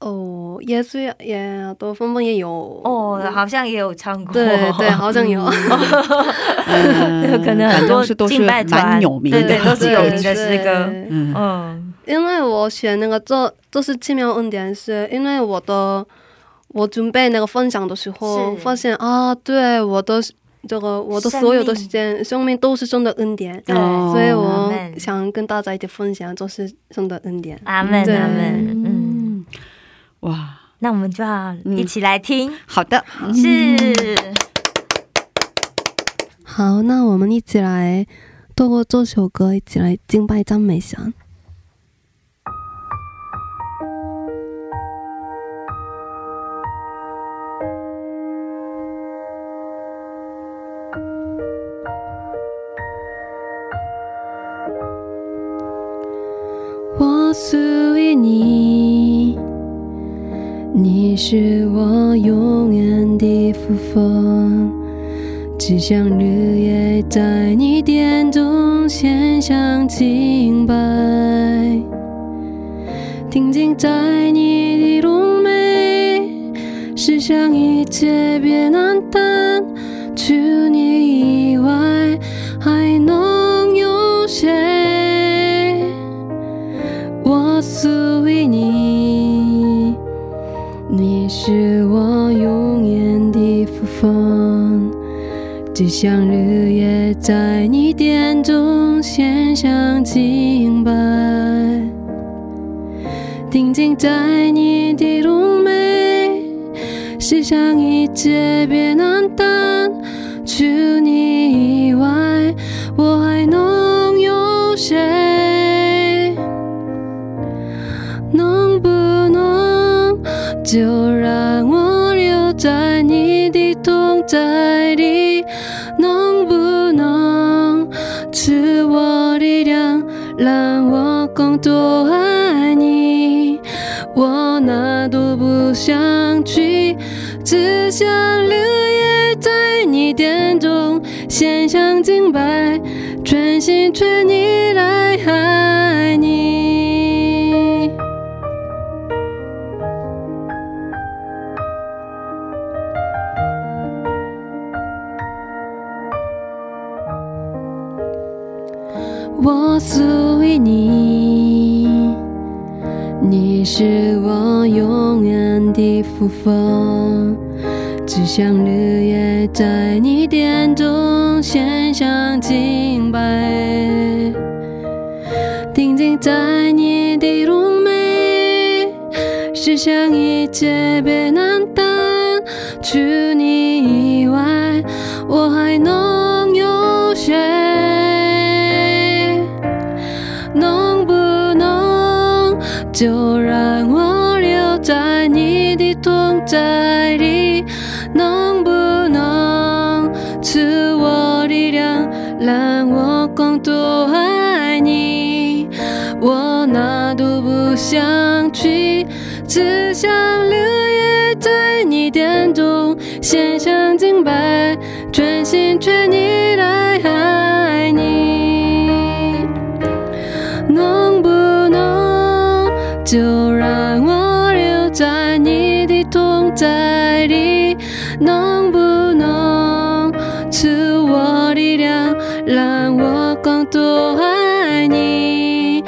Speaker 5: 哦，耶稣也多芬芬也有
Speaker 1: 嗯
Speaker 2: 哦，嗯好像也有唱过，
Speaker 5: 对对， 好像 有，
Speaker 1: 呃
Speaker 2: 可能很
Speaker 1: 反
Speaker 2: 多
Speaker 1: 正是都
Speaker 2: 敬
Speaker 1: 是
Speaker 2: 拜团
Speaker 1: 蛮有名的，
Speaker 2: 对对都是有名的
Speaker 5: 对
Speaker 2: 诗歌。
Speaker 5: 对
Speaker 1: 嗯
Speaker 2: 嗯，
Speaker 5: 因为我选那个这这是奇妙恩典，是因为我的我准备那个分享的时候，
Speaker 2: 是
Speaker 5: 发现啊，对我的这个我的
Speaker 2: 生
Speaker 5: 所有的
Speaker 2: 命
Speaker 5: 时间生命都是神的恩典，
Speaker 2: 对，
Speaker 1: 哦
Speaker 5: 所以
Speaker 2: 阿
Speaker 5: 我
Speaker 2: 门
Speaker 5: 想跟大家一起分享，就是神的恩典。
Speaker 2: 阿门
Speaker 5: 对
Speaker 2: 阿门。嗯，
Speaker 1: 嗯，哇，
Speaker 2: 那我们就要一起来听，
Speaker 1: 嗯好的，嗯
Speaker 2: 是
Speaker 5: 好，那我们一起来透过这首歌一起来敬拜赞美神。我属于你，你是我永远的福分。只想日夜在你殿中献上敬拜，定睛在你的容美，世上一切别难担。除你以外，还能有谁？我属于你，你是我永远的福分。只想日夜在你殿中献上敬拜，定睛在你的容美，世上一切别难担，除你以外，我还能有谁？能不能就让我留在你的痛在里？能不能赐我力量，让我更多爱你？我哪都不想去，只想留夜在你殿中，献上敬拜，全心全意来爱你。我属于你，你是我永远的福分。只想日夜在你殿中献上敬拜。定睛在你的容美，世上一切别难担。除你以外，我还能有谁？能不能就让我留在你的痛在里？能不能赐我力量，让我更多爱你？我哪都不想去，只想留夜在你殿中，献上敬拜，全心全意来爱你。能不能就让我留在你的痛在里？能不能赐我力量，让我更多爱你？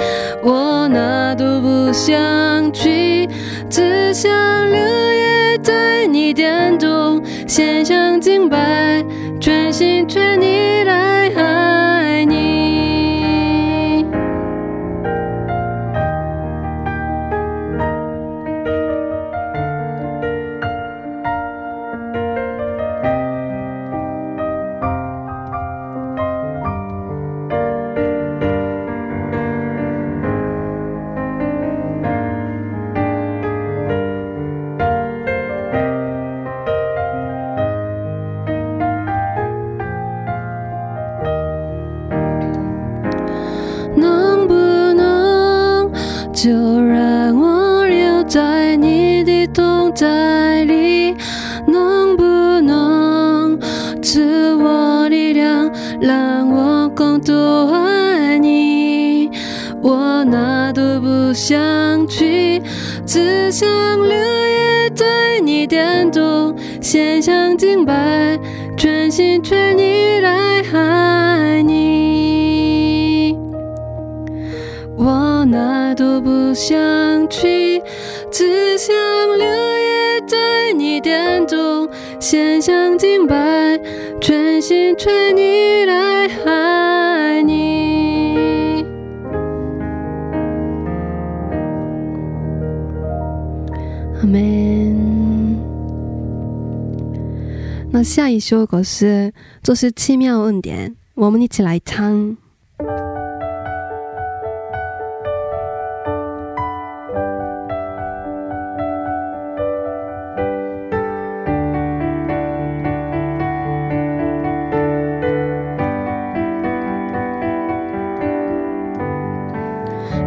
Speaker 5: 我哪都不想去，只想留夜在你殿中，献上敬拜，全心全意来爱你。能不能就让我留在你的痛在里？能不能赐我力量，让我更多爱你？我哪都不想去，只想留夜在你殿中，献上敬拜，全心全意来爱你。我哪都不想去，只想留夜在你殿中，献上敬拜，全心全意来爱你。阿门。那下一首歌是《这是奇妙恩典》，我们一起来唱。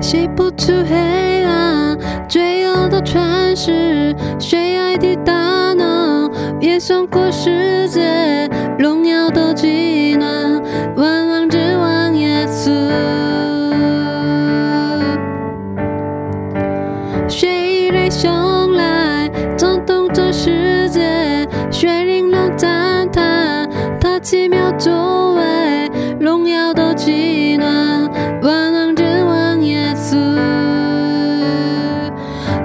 Speaker 5: 谁不出黑暗，罪恶的传世，谁爱的大脑，也送过世界荣耀的技能，万王之王耶稣。谁来雄来，震动这世界，谁令人赞叹，他奇妙作为，荣耀的技能，万能之王耶稣，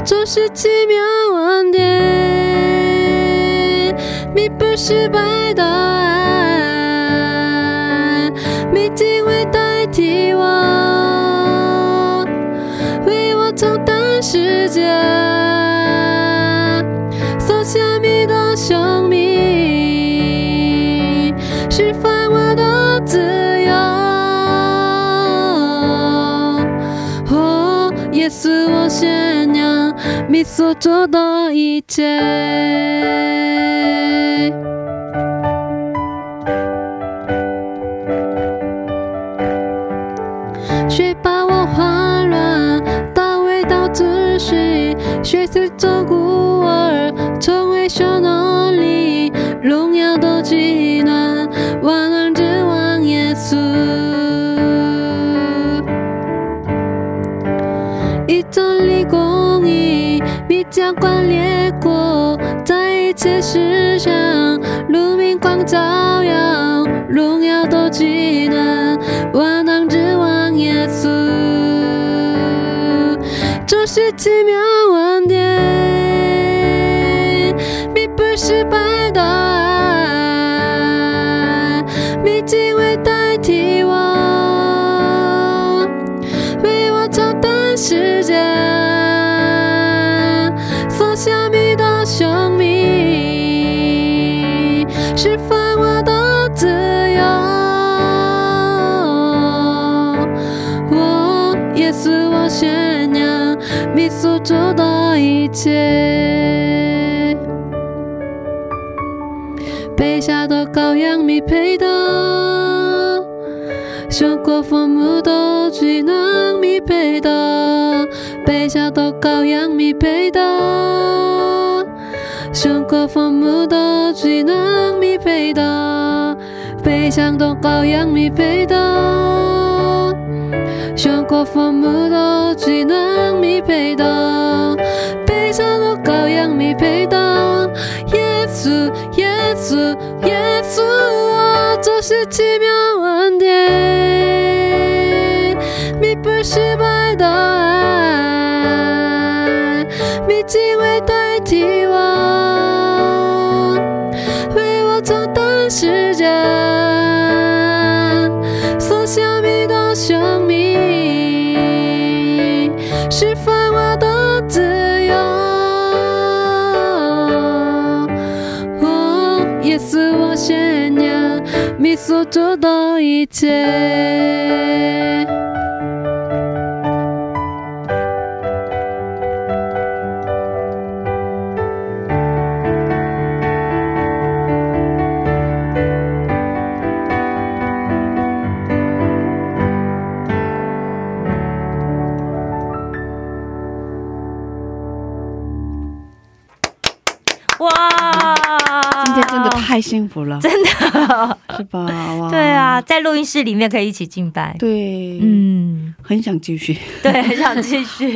Speaker 5: 这是奇妙恩典，弥补失败的爱，你敬畏代替我。为我承担世界所下迷的哦且にみそちょどいて雪把我滑软，但味道窒息。雪丝从孤儿，从微笑那里，荣耀的极暖，万能之王耶稣。一种立公义，必将光烈过，在一切世上，如明光照耀，荣耀的极暖，万能之王耶稣，这是奇妙恩典，你不是白的爱，你敬畏代替我。为我承担世界，放下你的生命，释放我的自由。我耶稣，我宣扬你所做的一切。背下的羔羊，你配的。胜过父母的最能米配的，背下的羔羊米配的，胜过父母的最能米配的，背上的羔羊米配的，胜过父母的最能米配的，背上的羔羊米配的，耶稣，耶稣，耶稣，我这是奇妙恩典，弥补失败的爱，你敬畏代替我，为我承担世界，放下你的生命，释放我的自由。哦，耶稣，我宣扬你所做的一切。
Speaker 2: 哇！
Speaker 1: 今天真的太幸福了，
Speaker 2: 真的，
Speaker 1: 是吧？ 哇，
Speaker 2: 对啊，，在录音室里面可以一起敬拜。
Speaker 1: 哦对，嗯，
Speaker 2: 嗯，
Speaker 1: 很想继 续，
Speaker 2: 对，很想继续。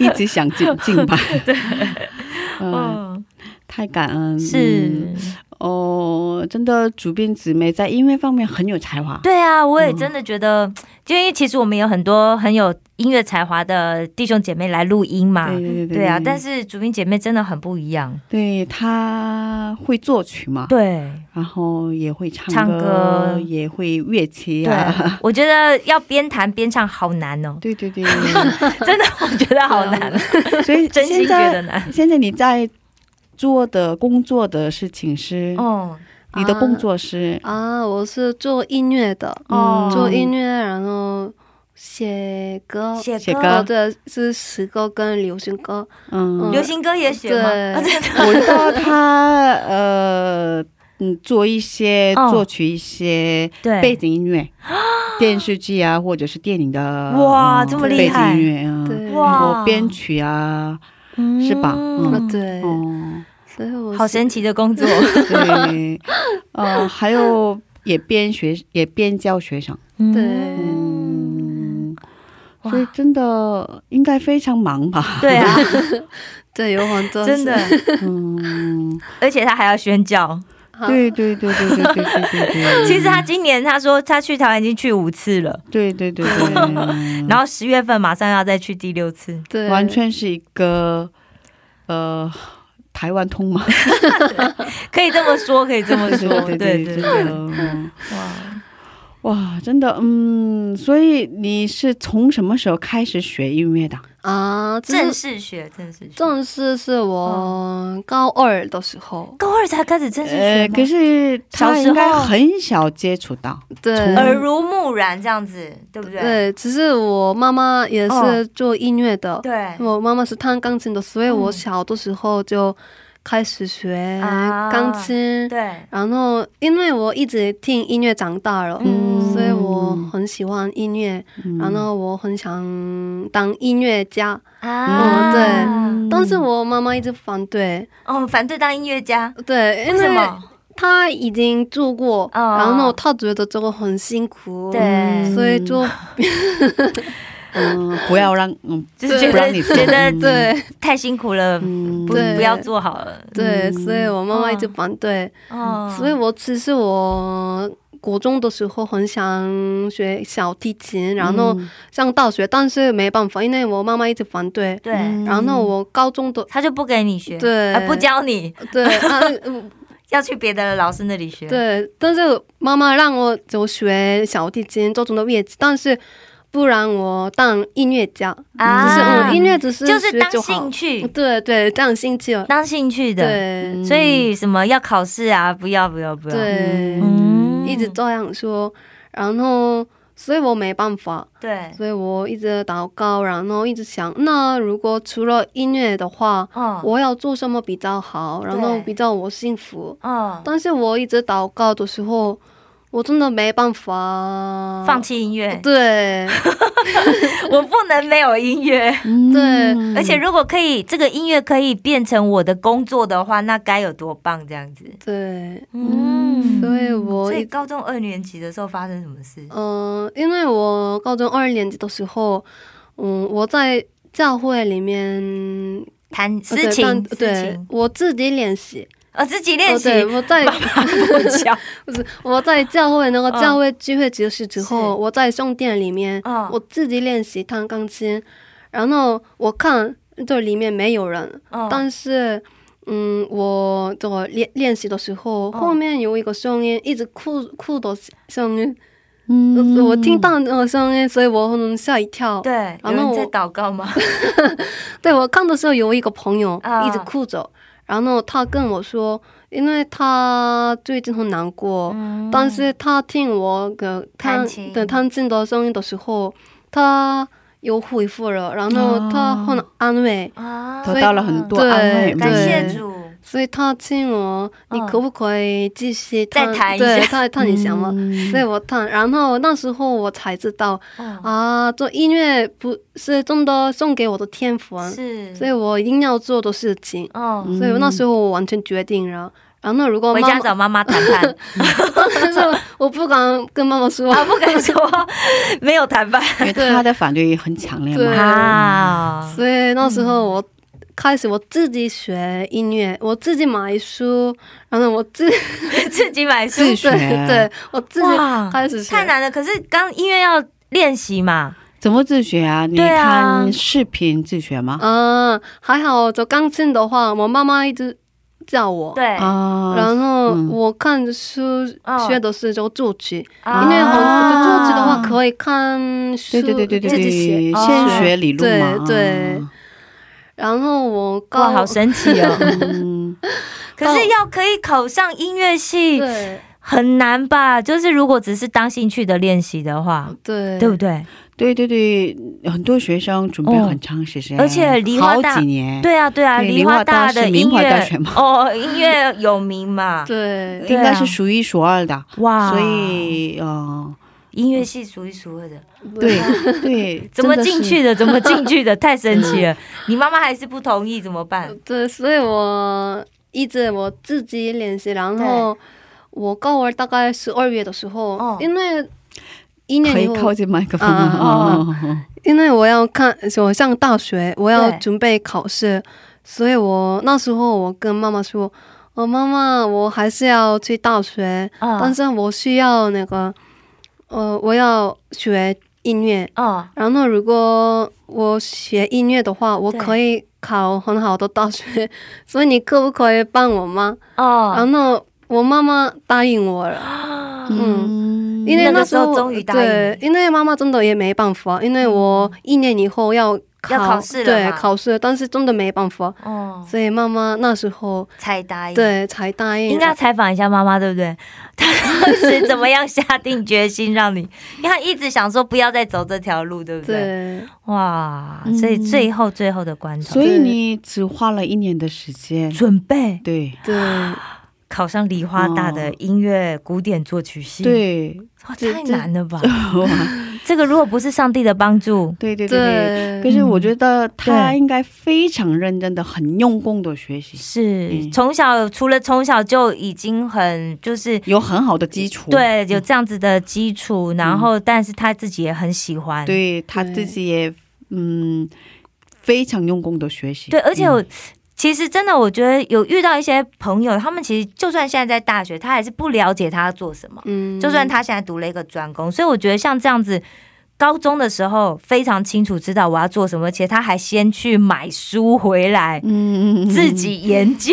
Speaker 1: 一直想进进吧，对， 嗯，
Speaker 2: 嗯，
Speaker 1: 太感恩，
Speaker 2: 是
Speaker 1: 嗯，哦，真的，主编姊妹在音乐方面很有才华，
Speaker 2: 对啊，我也真的觉得，就因为其实我们有很多很有音乐才华的弟兄姐妹来录音嘛。
Speaker 1: 对对对
Speaker 2: 对啊，但是竹明姐妹真的很不一样。
Speaker 1: 对他会作曲嘛，
Speaker 2: 对，
Speaker 1: 然后也会唱歌，
Speaker 2: 唱歌
Speaker 1: 也会乐器
Speaker 2: 对
Speaker 1: 啊，，
Speaker 2: 我觉得要边弹边唱好难 哦，
Speaker 1: 对对对，
Speaker 2: 真的，我觉得好难，
Speaker 1: 所以
Speaker 2: 真心
Speaker 1: 现
Speaker 2: 觉得
Speaker 1: 在
Speaker 2: 难。
Speaker 1: 现在你在做的工作的事情是，
Speaker 2: 哦，
Speaker 1: 你的工作是
Speaker 5: 啊，我是做音乐的，
Speaker 2: 哦
Speaker 5: 做音乐，然后写歌，
Speaker 2: 写
Speaker 1: 写
Speaker 5: 啊，
Speaker 1: 歌
Speaker 2: 歌，
Speaker 5: 对，是诗歌跟流行歌，
Speaker 1: 嗯，
Speaker 2: 流行歌也写吗？
Speaker 5: 对
Speaker 2: 啊真 的
Speaker 1: 我知道他呃。嗯，做一些
Speaker 2: 哦
Speaker 1: 作曲一些
Speaker 2: 对
Speaker 1: 背景音乐，电视剧啊，或者是电影的
Speaker 2: 哇
Speaker 1: 嗯
Speaker 2: 这么厉害
Speaker 1: 背景音乐啊，
Speaker 5: 对，
Speaker 2: 哇
Speaker 1: 然后编曲啊，是吧嗯
Speaker 5: 啊，对，
Speaker 1: 哦，
Speaker 5: 所以我
Speaker 2: 好
Speaker 5: 是
Speaker 2: 神奇的工 作。
Speaker 1: 对，呃，还有也边学也边教学生，
Speaker 5: 对
Speaker 1: 嗯，
Speaker 2: 哇
Speaker 1: 所以真的应该非常忙吧？
Speaker 2: 对啊，
Speaker 5: 对有很多
Speaker 2: 真的，
Speaker 1: 嗯，
Speaker 2: 而且他还要宣教。
Speaker 1: 对对对对对对对对对，
Speaker 2: 其实他今年他说他去台湾已经去五次了，
Speaker 1: 对对对
Speaker 5: 嗯
Speaker 1: 对，
Speaker 2: 然后十月份马上要再去第六次。
Speaker 5: 对
Speaker 1: 完全是一个呃台湾通 嘛，
Speaker 2: 可以这么说，可以这么 说，对
Speaker 1: 对
Speaker 2: 对对
Speaker 1: 真的嗯
Speaker 2: 哇，
Speaker 1: 哇，真的，嗯，所以你是从什么时候开始学音乐的？
Speaker 5: 啊，这
Speaker 2: 正
Speaker 5: 是
Speaker 2: 式哦学，正式学，
Speaker 5: 正式是我高二的时候，
Speaker 2: 高二才开始正式学
Speaker 1: 呃，
Speaker 2: 吗
Speaker 1: 可是他
Speaker 2: 小时
Speaker 1: 应该
Speaker 2: 候
Speaker 1: 很小接触到，
Speaker 5: 对
Speaker 1: 从
Speaker 2: 耳濡目染这样子，对不对？
Speaker 5: 对，只是我妈妈也
Speaker 2: 哦
Speaker 5: 是做音乐的，
Speaker 2: 对
Speaker 5: 我妈妈是弹钢琴的，所以我
Speaker 2: 嗯
Speaker 5: 小的时候就开始学
Speaker 2: 啊
Speaker 5: 钢琴。
Speaker 2: 对
Speaker 5: 然后，因为我一直听音乐长大了，
Speaker 2: 嗯
Speaker 5: 所以我很喜欢音乐，
Speaker 1: 嗯
Speaker 5: 然后我很想当音乐家，
Speaker 2: 啊，
Speaker 5: 对但嗯是我妈妈一直反对，
Speaker 2: 哦，反对当音乐家，
Speaker 5: 对，因
Speaker 2: 为什
Speaker 5: 为
Speaker 2: 么？
Speaker 5: 她已经做过，
Speaker 2: 哦
Speaker 5: 然后她觉得这个很辛苦，
Speaker 2: 对
Speaker 5: 所以
Speaker 2: 嗯
Speaker 5: 就
Speaker 1: 嗯，不要让嗯
Speaker 2: 就是觉
Speaker 1: 不让你
Speaker 2: 得
Speaker 1: 做
Speaker 2: 觉得
Speaker 1: 嗯
Speaker 5: 对
Speaker 2: 太辛苦了，
Speaker 1: 嗯
Speaker 2: 不
Speaker 5: 对
Speaker 2: 不要做好了。
Speaker 5: 对，所以我妈妈一直
Speaker 2: 哦
Speaker 5: 反对，
Speaker 2: 哦，
Speaker 5: 所以我其实我国中的时候很想学小提琴，然
Speaker 2: 嗯
Speaker 5: 后
Speaker 1: 嗯
Speaker 5: 上大学，但是没办法，因为我妈妈一直反对。
Speaker 2: 对，
Speaker 5: 然后我高中的
Speaker 2: 他就不给你学，
Speaker 5: 嗯对
Speaker 2: 嗯啊不教你，
Speaker 5: 对啊嗯
Speaker 2: 要去别的老师那里学。，
Speaker 5: 对，但是妈妈让我就学小提琴这种的乐器，但是不让我当音乐家，
Speaker 2: 啊
Speaker 5: 就是我音乐只是
Speaker 2: 就是
Speaker 5: 学
Speaker 2: 当
Speaker 5: 就好
Speaker 2: 兴，趣，
Speaker 5: 哦对对，当兴趣了，
Speaker 2: 当兴趣的。嗯
Speaker 1: 嗯
Speaker 5: 对嗯
Speaker 2: 所以什么要考试啊？不要不要不要。，
Speaker 5: 对，
Speaker 2: 嗯
Speaker 5: 呃一直这样说，然后所以我没办法，
Speaker 2: 对，
Speaker 5: 所以我一直祷告，然后一直想，那如果除了音乐的话，
Speaker 2: 哦，
Speaker 5: 我要做什么比较好，然后比较我幸福。
Speaker 2: 哦，
Speaker 5: 但是我一直祷告的时候，我真的没办法
Speaker 2: 放。弃音
Speaker 5: 嗯
Speaker 2: 乐，
Speaker 5: 对
Speaker 2: 我不能没有音乐。
Speaker 1: 嗯
Speaker 5: 对，
Speaker 2: 而且如果可以，这个音乐可以变成我的工作的话，那该有多棒！这样子，
Speaker 5: 对，
Speaker 2: 嗯，
Speaker 5: 所以我
Speaker 2: 所以
Speaker 5: 一
Speaker 2: 高中二年级的时候发生什么事？
Speaker 5: 嗯、因为我高中二年级的时候，嗯，我在教会里面
Speaker 2: 弹
Speaker 5: 呃
Speaker 2: 私
Speaker 5: 对但
Speaker 2: 情，私
Speaker 5: 对
Speaker 2: 情，，
Speaker 5: 我自己练习，
Speaker 2: 呃，自己练
Speaker 5: 哦
Speaker 2: 习，
Speaker 5: 对，我在
Speaker 2: 不教，
Speaker 5: 不是，我在教会 那个教会聚会结束之后，
Speaker 2: 嗯是
Speaker 5: 我在圣殿里面，
Speaker 2: 嗯
Speaker 5: 我自己练习弹钢琴，然后我看这里面没有人，
Speaker 2: 嗯
Speaker 5: 但是。嗯，我这个练练习的时候，
Speaker 2: 嗯
Speaker 5: 后面有一个声音，一直哭哭的声音，嗯，我听到那个声音，所以我很吓一跳。
Speaker 2: 对，有
Speaker 5: 然后
Speaker 2: 人
Speaker 5: 我
Speaker 2: 在祷告 吗？
Speaker 5: 对我看的时候有一个朋友
Speaker 2: 啊
Speaker 5: 一直哭着，然后他跟我说，因为他最近很难过，
Speaker 2: 嗯
Speaker 5: 但是他听我的
Speaker 2: 弹
Speaker 5: 弹
Speaker 2: 琴
Speaker 5: 的弹琴的声音的时候，他又恢复了，然后
Speaker 2: 哦
Speaker 5: 他很安慰，
Speaker 2: 啊，
Speaker 1: 得到了很多
Speaker 5: 对
Speaker 1: 安慰，
Speaker 5: 对
Speaker 2: 感
Speaker 1: 嗯
Speaker 2: 谢主，
Speaker 5: 所以他亲我，
Speaker 2: 嗯
Speaker 5: 你可不可以继续
Speaker 2: 再
Speaker 5: 弹？
Speaker 2: 弹一
Speaker 5: 对，
Speaker 2: 下嗯
Speaker 5: 再弹一下嘛。
Speaker 1: 嗯
Speaker 5: 所以我弹，然后那时候我才知道
Speaker 2: 啊，
Speaker 5: 啊，做音乐不是真的送给我的天赋，啊，
Speaker 2: 是，
Speaker 5: 所以我一定要做的事情。
Speaker 2: 哦，
Speaker 5: 所以那时候我完全决定了。然后如果
Speaker 2: 回
Speaker 5: 妈
Speaker 2: 家
Speaker 5: 妈，
Speaker 2: 找妈妈谈谈，
Speaker 5: 但是我不敢跟妈妈说，
Speaker 2: 啊，不敢说，没有谈判
Speaker 1: 因为他的反对很强烈
Speaker 5: 对
Speaker 1: 嘛，
Speaker 2: 啊，
Speaker 5: 所以那时候我开始我自己学音乐，我自己买书，然后我 自
Speaker 2: 自己买书
Speaker 1: 自己学
Speaker 5: 对 对，我自己
Speaker 2: 哇
Speaker 5: 开始学，
Speaker 2: 太难了，可是刚音乐要练习嘛，
Speaker 1: 怎么自学啊？你
Speaker 2: 对啊
Speaker 1: 看视频自学吗？
Speaker 5: 嗯，还好，就钢琴的话，我妈妈一直叫我，
Speaker 2: 对，
Speaker 1: 啊，
Speaker 5: 然后
Speaker 1: 嗯
Speaker 5: 我看书
Speaker 2: 嗯
Speaker 5: 学的是就作曲，
Speaker 2: 啊
Speaker 5: 因为很就作曲的话可以看书，
Speaker 1: 对对对对对
Speaker 5: 自己写
Speaker 1: 对，
Speaker 2: 哦
Speaker 1: 先学理论嘛，
Speaker 5: 对对
Speaker 1: 啊
Speaker 5: 然后我高
Speaker 2: 哇，好神奇 哦！
Speaker 1: 嗯，
Speaker 2: 可是要可以考上音乐系
Speaker 5: 对
Speaker 2: 很难吧？就是如果只是当兴趣的练习的话，
Speaker 5: 对
Speaker 2: 对不对？
Speaker 1: 对对对，很多学生准备
Speaker 2: 哦
Speaker 1: 很长时间，
Speaker 2: 而且梨花
Speaker 1: 好
Speaker 2: 大
Speaker 1: 几年，
Speaker 2: 对啊，对啊，
Speaker 1: 对
Speaker 2: 梨花大的音
Speaker 1: 梨花大是明华
Speaker 2: 乐
Speaker 1: 大学吗
Speaker 2: 哦，音乐有名嘛？
Speaker 5: 对
Speaker 1: 应该
Speaker 2: 对啊
Speaker 1: 是数一数二的，
Speaker 2: 哇，
Speaker 1: 所以嗯，
Speaker 2: 音乐系数一数二的，
Speaker 1: 对对，
Speaker 2: 怎么
Speaker 1: 真的是嗯
Speaker 2: 进去的？怎么进去的？太神 奇了！你妈妈还是不同意，怎么办？
Speaker 5: 对，所以我一直我自己练习，然后我高二大概十二月的时候，
Speaker 2: 哦
Speaker 5: 因为一年
Speaker 1: 可
Speaker 5: 以
Speaker 1: 以靠
Speaker 5: 后，
Speaker 1: 近麦克风哦
Speaker 5: 啊
Speaker 2: 啊
Speaker 1: 吗？
Speaker 5: 因为我要看，我上大学，我要
Speaker 2: 对
Speaker 5: 准备考试，所以我那时候我跟妈妈说，哦，妈妈，我还是要去大学，
Speaker 1: 嗯
Speaker 2: 啊
Speaker 5: 但是我需要那个，呃，我要学音乐。
Speaker 2: 哦，
Speaker 5: 然后，如果我学音乐的话，我
Speaker 2: 对
Speaker 5: 可以考很好的大学，所以你可不可以帮我吗？
Speaker 2: 哦，
Speaker 5: 然后我妈妈答应我了，
Speaker 1: 嗯
Speaker 5: 因为
Speaker 2: 那个
Speaker 5: 那
Speaker 2: 时候
Speaker 5: 时候
Speaker 2: 终于答应
Speaker 5: 对，因为妈妈真的也没办法，因为我一年以后要考，
Speaker 2: 嗯要考试了
Speaker 5: 对，
Speaker 2: 嘛
Speaker 5: 考试了，但是真的没办法，
Speaker 2: 哦，
Speaker 5: 所以妈妈那时候
Speaker 2: 才答应。，
Speaker 5: 对才答应。
Speaker 2: 哎应该采访一下妈妈，对不 对？她当时怎么样下定决心 让你？因为她一直想说不要再走这条路，对不对？
Speaker 5: 对，
Speaker 2: 哇，
Speaker 1: 嗯
Speaker 2: 所以最后最后的关头，
Speaker 1: 所以你只花了一年的时间，
Speaker 2: 准备
Speaker 1: 对
Speaker 5: 对，
Speaker 2: 啊考上梨花大的音乐古典作曲
Speaker 1: 哦
Speaker 2: 系，，
Speaker 1: 对，
Speaker 2: 哇，
Speaker 5: 这
Speaker 2: 太
Speaker 5: 这
Speaker 2: 难了吧？这个如果不是上帝的帮助，
Speaker 1: 对对对对。
Speaker 5: 对，
Speaker 1: 可是我觉得他
Speaker 2: 嗯对
Speaker 1: 应该非常认真的、很用功的学习，
Speaker 2: 是
Speaker 1: 嗯
Speaker 2: 从小除了从小就已经很就是。
Speaker 1: 有很好的基础。
Speaker 2: 对，有这样子的基础，然后但是他自己也很喜欢，
Speaker 1: 嗯对他自己也嗯非常用功的学习。
Speaker 2: 对，而且我、
Speaker 1: 嗯
Speaker 2: 其实真的，我觉得有遇到一些朋友，他们其实就算现在在大学，他还是不了解他要做什么。
Speaker 5: 嗯，
Speaker 2: 就算他现在读了一个专攻，所以我觉得像这样子，高中的时候非常清楚知道我要做什么，而且他还先去买书回来。
Speaker 1: 嗯嗯嗯
Speaker 2: 自己研究，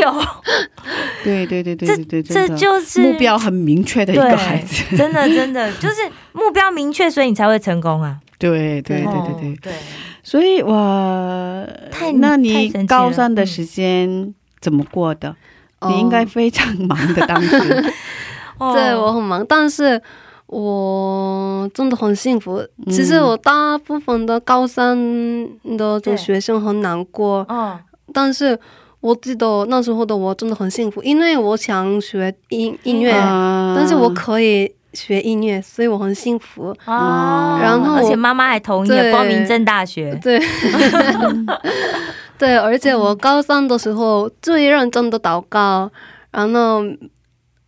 Speaker 1: 对对对对对对，
Speaker 2: 这
Speaker 1: 真的
Speaker 2: 就是
Speaker 1: 目标很明确的一
Speaker 2: 对
Speaker 1: 个孩子。
Speaker 2: 真的真的就是目标明确，所以你才会成功啊！
Speaker 1: 对 对对
Speaker 2: 哦
Speaker 1: 对对，
Speaker 2: 对，
Speaker 1: 所以哇，
Speaker 2: 太
Speaker 1: 那
Speaker 2: 太
Speaker 1: 你
Speaker 2: 神奇
Speaker 1: 高
Speaker 2: 了
Speaker 1: 三的
Speaker 2: 嗯
Speaker 1: 时间怎么过的？
Speaker 5: 哦
Speaker 1: 你应该非常忙的，当 时
Speaker 2: 哦
Speaker 5: 对我很忙，但是我真的很幸福。其实我大部分的高三的
Speaker 2: 嗯对
Speaker 5: 的学生很难过，
Speaker 2: 哦，
Speaker 5: 但是我记得那时候的我真的很幸福，因为我想学音音乐，
Speaker 1: 啊
Speaker 5: 但是我可以学音乐，所以我很幸福。
Speaker 2: 哦
Speaker 5: 然后我
Speaker 2: 而且妈妈还同意了
Speaker 5: 对
Speaker 2: 光明正大学，
Speaker 5: 对， 对，而且我高三的时候最认真的祷告，然后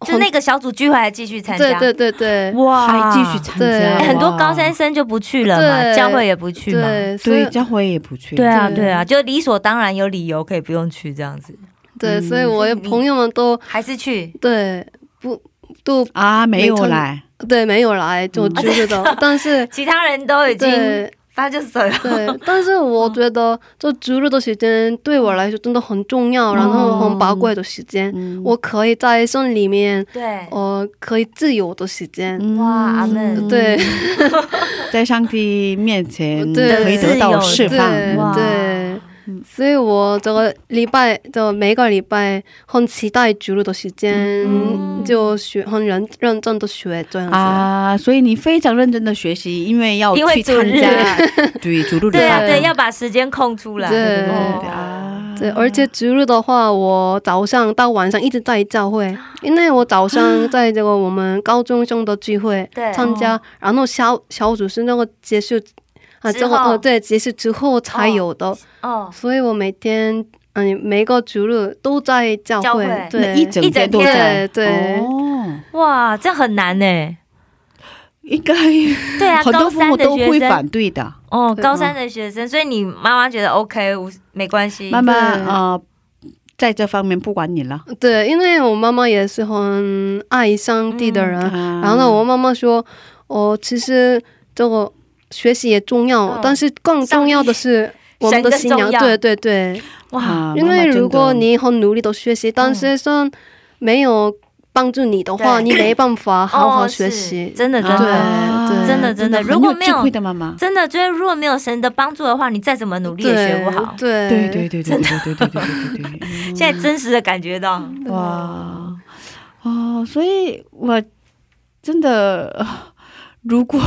Speaker 2: 就那个小组聚会还继续参
Speaker 5: 哦对
Speaker 2: 加，
Speaker 5: 对对对
Speaker 2: 哇，
Speaker 1: 啊还继续参
Speaker 5: 对
Speaker 1: 加
Speaker 2: 哎
Speaker 1: 哇，
Speaker 2: 很多高三生就不去了嘛，
Speaker 5: 对
Speaker 2: 教会也不去嘛，
Speaker 5: 对，所以
Speaker 1: 对教会也不去，
Speaker 2: 对啊，
Speaker 5: 对
Speaker 2: 对啊，就理所当然有理由可以不用去这样子，
Speaker 5: 对，所以我的朋友们都
Speaker 2: 还是去。
Speaker 5: 对不都
Speaker 1: 啊，没有
Speaker 5: 没参
Speaker 1: 来，
Speaker 5: 对没有来，就就觉得，但是
Speaker 2: 其他人都已经
Speaker 5: 对
Speaker 2: 他就走了，
Speaker 5: 对，但是我觉得这足够的时间对我来说真的很重要，然后很宝贵的时间，
Speaker 1: 嗯
Speaker 5: 我可以在生里面，
Speaker 2: 对，
Speaker 5: 呃，可以自由的时间。
Speaker 1: 嗯
Speaker 2: 哇，阿门，
Speaker 5: 对
Speaker 1: 在上帝面前
Speaker 5: 对
Speaker 1: 可以得到释
Speaker 5: 对
Speaker 1: 放，
Speaker 2: 哇
Speaker 5: 对，所以我这个礼拜的每个礼拜很期待足够的时间，就学很认认真的学这样子。
Speaker 1: 啊，所以你非常认真的学习，因为要
Speaker 2: 因为
Speaker 1: 去
Speaker 2: 主
Speaker 1: 参
Speaker 2: 日
Speaker 1: 加对主日礼
Speaker 2: 对啊，
Speaker 1: 拜，
Speaker 2: 对，要把时间空出来，
Speaker 5: 对
Speaker 1: 对
Speaker 2: 哦
Speaker 1: 对啊，
Speaker 5: 对，而且植入的话，我早上到晚上一直在教 会，因为我早上在这个我们高中生的聚会
Speaker 2: 对
Speaker 5: 参加，然后小小组是那个结束啊，
Speaker 2: 之
Speaker 5: 这个
Speaker 2: 后
Speaker 5: 哦对，结束之后才有的，
Speaker 2: 哦，
Speaker 5: 所以我每天嗯每个植入都在教
Speaker 2: 教
Speaker 5: 会，
Speaker 2: 会
Speaker 5: 对
Speaker 1: 那一整天都在，
Speaker 5: 对对
Speaker 1: 哦，
Speaker 2: 哇，这很难呢。
Speaker 1: 应该
Speaker 2: 对啊，
Speaker 1: 很
Speaker 2: 高
Speaker 1: 多父
Speaker 2: 三
Speaker 1: 母
Speaker 2: 的
Speaker 1: 都
Speaker 2: 学
Speaker 1: 会
Speaker 2: 生
Speaker 1: 反对嗯的，
Speaker 2: 哦，
Speaker 5: 对
Speaker 2: 高三的学生，所以你妈妈觉得 OK 无没关系，
Speaker 1: 妈妈
Speaker 5: 对
Speaker 1: 啊，在这方面不管你了，
Speaker 5: 对，因为我妈妈也是很爱上帝的人，
Speaker 2: 嗯
Speaker 1: 啊
Speaker 5: 嗯然后呢，我妈妈说，哦，其实这个学习也重要，
Speaker 2: 嗯
Speaker 5: 但是更重要的是我们的信
Speaker 2: 神
Speaker 5: 仰
Speaker 2: 的。重要
Speaker 5: 对对对，
Speaker 2: 哇，
Speaker 1: 啊
Speaker 5: 因
Speaker 1: 妈妈
Speaker 5: 为
Speaker 1: 真的嗯
Speaker 5: 如果你很努力的学习，但是说没有帮助你的话，
Speaker 2: 对
Speaker 5: 你没办 法好好
Speaker 2: 哦是
Speaker 5: 学习。
Speaker 2: 真的真
Speaker 5: 对
Speaker 2: 的。
Speaker 1: 啊
Speaker 2: 真的真的
Speaker 1: 很
Speaker 2: 如果没有
Speaker 1: 智慧的妈妈，
Speaker 2: 真的，就是如果没有神的帮助的话，你再怎么努力也学不好。
Speaker 5: 对
Speaker 1: 对对对对对对对对对对对
Speaker 2: 现在真实的感觉到，
Speaker 1: 对，哇哦，所以我真的。呃如果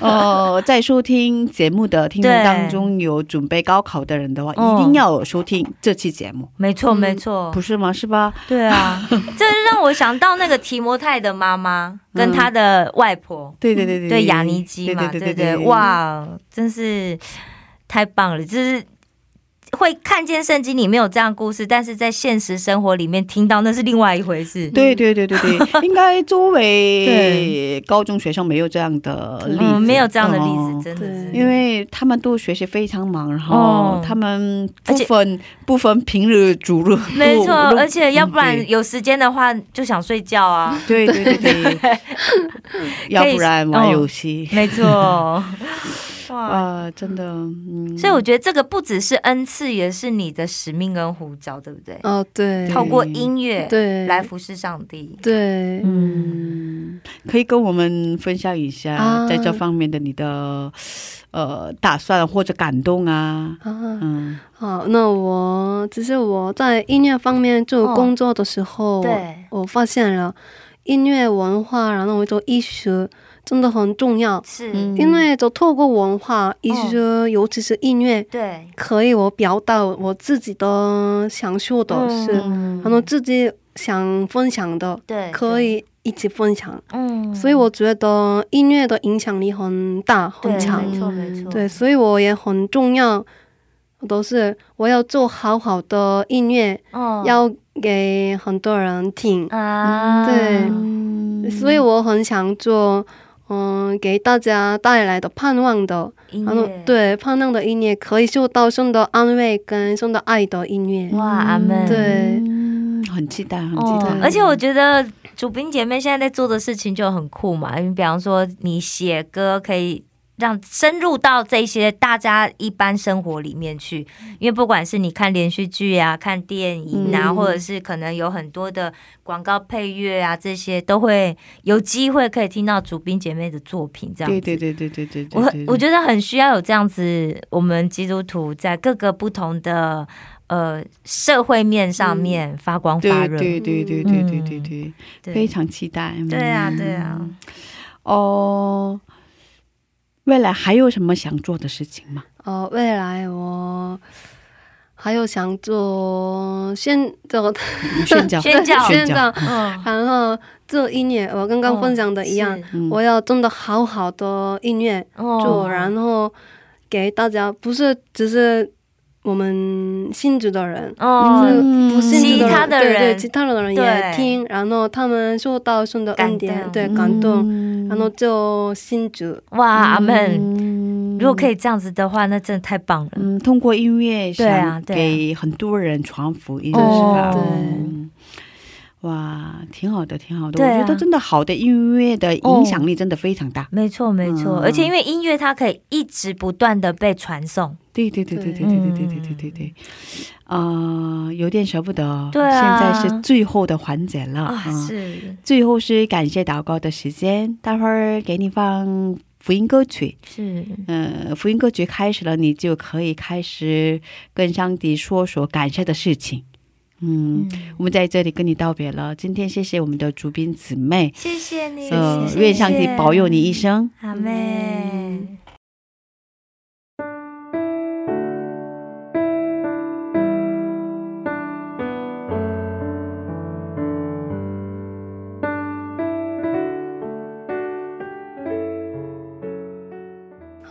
Speaker 1: 呃在收听节目的听众
Speaker 2: 对
Speaker 1: 当中有准备高考的人的话，
Speaker 2: 哦
Speaker 1: 一定要收听这期节目，
Speaker 2: 没错
Speaker 5: 嗯
Speaker 2: 没错
Speaker 1: 不，是吗？是吧？
Speaker 2: 对啊，这让我想到那个提摩太的妈妈跟他的外婆，
Speaker 1: 对对对对，
Speaker 2: 对雅尼基嘛，
Speaker 1: 对对
Speaker 2: 对对，哇，真是太棒了，就是。会看见圣经里面有这样的故事，但是在现实生活里面听到那是另外一回事。
Speaker 1: 对对对对对，应该周
Speaker 2: 对
Speaker 1: 围高中学生没有这样的例子，
Speaker 2: 嗯，没有这样的例
Speaker 1: 哦
Speaker 2: 子，真的是
Speaker 5: 对
Speaker 1: 因为他们都学习非常忙，然后
Speaker 2: 嗯哦
Speaker 1: 他们不
Speaker 2: 而且
Speaker 1: 分不分平日主日，
Speaker 2: 没错，
Speaker 1: 都
Speaker 2: 而且要不然
Speaker 1: 嗯
Speaker 2: 有时间的话就想睡觉啊。
Speaker 1: 对对对对对，要不然
Speaker 2: 哦
Speaker 1: 玩游戏
Speaker 2: 没错，哇，
Speaker 1: 啊，真的，嗯，
Speaker 2: 所以我觉得这个不只是恩赐，也是你的使命跟呼召，对不对？
Speaker 5: 哦对
Speaker 2: 透过音乐
Speaker 5: 对
Speaker 2: 来服侍上帝。
Speaker 5: 对，
Speaker 2: 嗯，
Speaker 1: 嗯，可以跟我们分享一下
Speaker 5: 啊
Speaker 1: 在这方面的你的呃打算或者感动啊，
Speaker 5: 啊，
Speaker 1: 嗯，
Speaker 5: 好，那我只是我在音乐方面就
Speaker 2: 哦
Speaker 5: 工作的时候，
Speaker 2: 对
Speaker 5: 我我发现了音乐文化，然后我做艺术真的很重要，
Speaker 2: 是，
Speaker 1: 嗯
Speaker 5: 因为就透过文化、艺
Speaker 2: 哦
Speaker 5: 术，尤其是音乐，
Speaker 2: 对，
Speaker 5: 可以我表达我自己的想说的事，
Speaker 2: 嗯
Speaker 5: 然后自己想分享的，
Speaker 2: 对，
Speaker 5: 可
Speaker 2: 对，
Speaker 5: 以一起分享。
Speaker 2: 嗯，
Speaker 5: 所以我觉得音乐的影响力很大
Speaker 2: 对
Speaker 5: 很强，
Speaker 2: 没错没错，
Speaker 5: 对，所以我也很重要，都是我要做好好的音乐，
Speaker 2: 嗯
Speaker 5: 要给很多人听，
Speaker 2: 啊，
Speaker 5: 对
Speaker 1: 嗯
Speaker 5: 所以我很想做，嗯，给大家带来的盼望的，
Speaker 2: 音
Speaker 5: 然后
Speaker 2: 乐，
Speaker 5: 对盼望的音乐可以受到神的安慰跟神的爱的音乐，
Speaker 2: 哇，阿门，
Speaker 5: 对嗯
Speaker 1: 嗯，很期待，很期
Speaker 2: 哦
Speaker 1: 待，，
Speaker 2: 而且我觉得主宾姐妹现在在做的事情就很酷嘛，因为比方说你写歌可以。让深入到这些大家一般生活里面去，因为不管是你看连续剧啊、看电影啊，
Speaker 5: 嗯
Speaker 2: 或者是可能有很多的广告配乐啊，这些都会有机会可以听到主宾姐妹的作品，这样子。
Speaker 1: 对对对对对对对，
Speaker 2: 我
Speaker 1: 对
Speaker 2: 我觉得很需要有这样子，我们基督徒在各个不同的呃社会面上面发光
Speaker 1: 对
Speaker 2: 发热。
Speaker 1: 对对对对对对对，
Speaker 2: 嗯对
Speaker 1: 非常期待，嗯
Speaker 2: 对啊，对啊，
Speaker 1: 哦，未来还有什么想做的事情吗？
Speaker 5: 呃，未来我还有想做现的
Speaker 1: 宣教，
Speaker 2: 宣 教
Speaker 1: 宣
Speaker 5: 现
Speaker 1: 教，
Speaker 5: 的，
Speaker 2: 嗯，
Speaker 5: 然后做音乐，我刚刚分享的一样。
Speaker 1: 嗯
Speaker 5: 我要真的好好的音乐做，
Speaker 2: 哦，
Speaker 5: 然后给大家，不是只是我们信主的人，
Speaker 1: 嗯
Speaker 2: 哦，
Speaker 5: 不信主
Speaker 2: 其他
Speaker 5: 的
Speaker 2: 的
Speaker 5: 人，对
Speaker 2: 人
Speaker 5: 对，其他的人
Speaker 2: 对
Speaker 5: 也听，然后他们受到神的恩典，
Speaker 2: 感动
Speaker 5: 对，感动，
Speaker 1: 嗯
Speaker 5: 然后就信主，
Speaker 2: 哇，阿门！
Speaker 1: 嗯
Speaker 2: 如果可以这样子的话，那真的太棒了。
Speaker 1: 嗯，通过音乐
Speaker 2: 对啊
Speaker 1: 想
Speaker 2: 对啊
Speaker 1: 给很多人传福音，
Speaker 2: 哦对
Speaker 1: 是吧？
Speaker 5: 对
Speaker 1: 嗯哇，挺好的，挺好的。
Speaker 2: 对啊
Speaker 1: 我觉得真的好的音乐的影响力真的非常大。
Speaker 2: 没错，没错，
Speaker 1: 嗯
Speaker 2: 而且因为音乐它可以一直不断的被传送，
Speaker 1: 对对对对对
Speaker 5: 对
Speaker 1: 对对对对对对对。啊、有点舍不得。
Speaker 2: 对啊
Speaker 1: 现在是最后的环节了。
Speaker 2: 啊，
Speaker 1: 嗯
Speaker 2: 是
Speaker 1: 最后是感谢祷告的时间，待会儿给你放福音歌曲。
Speaker 2: 是，
Speaker 1: 嗯，福音歌曲开始了，你就可以开始跟上帝说说感谢的事情。嗯，
Speaker 2: 嗯，
Speaker 1: 我们在这里跟你道别了。今天谢谢我们的主宾姊妹，
Speaker 2: 谢谢你，
Speaker 1: 呃
Speaker 2: 谢，谢
Speaker 1: 愿上帝保佑你一，嗯生。
Speaker 2: 阿妹。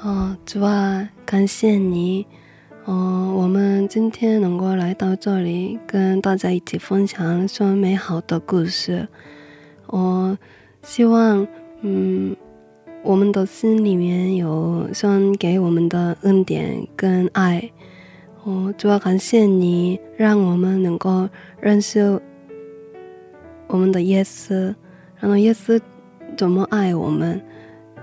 Speaker 5: 哦，主啊，感谢你，哦，我们今天能够来到这里，跟大家一起分享说美好的故事。哦，希望，嗯，我们的心里面有神给我们的恩典跟爱。哦，主啊，感谢你，让我们能够认识我们的耶稣，然后耶稣怎么爱我们。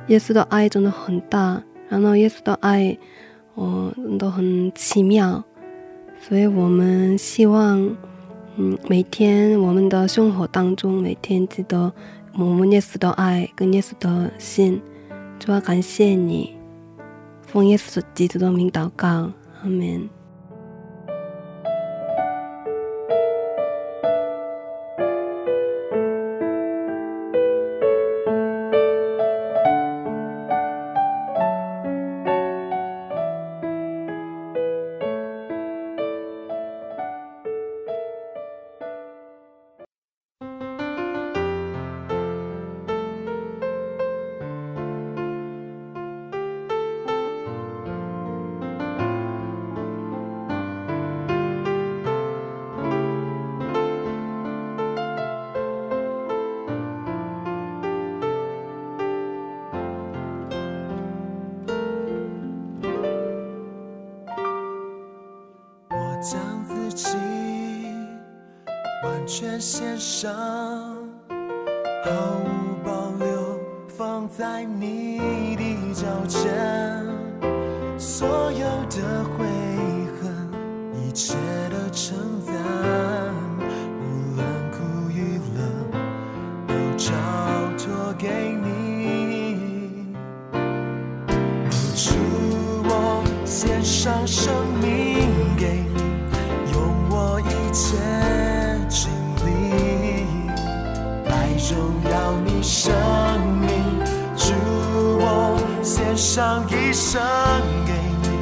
Speaker 5: 耶稣的爱真的很大，然后耶稣的爱，哦，真的很奇妙，所以我们希望，嗯，每天我们的生活当中，每天记得我们耶稣的爱跟耶稣的心，主要感谢你，奉耶稣基督的名祷告，阿门。
Speaker 6: 我将自己完全献上，毫无保留放在你的脚前，所有的悔恨，一切的称赞，无论苦与乐，都交托给你，主。上生命给你，用我一切精力，来荣耀你生命。主，我献上一生给你，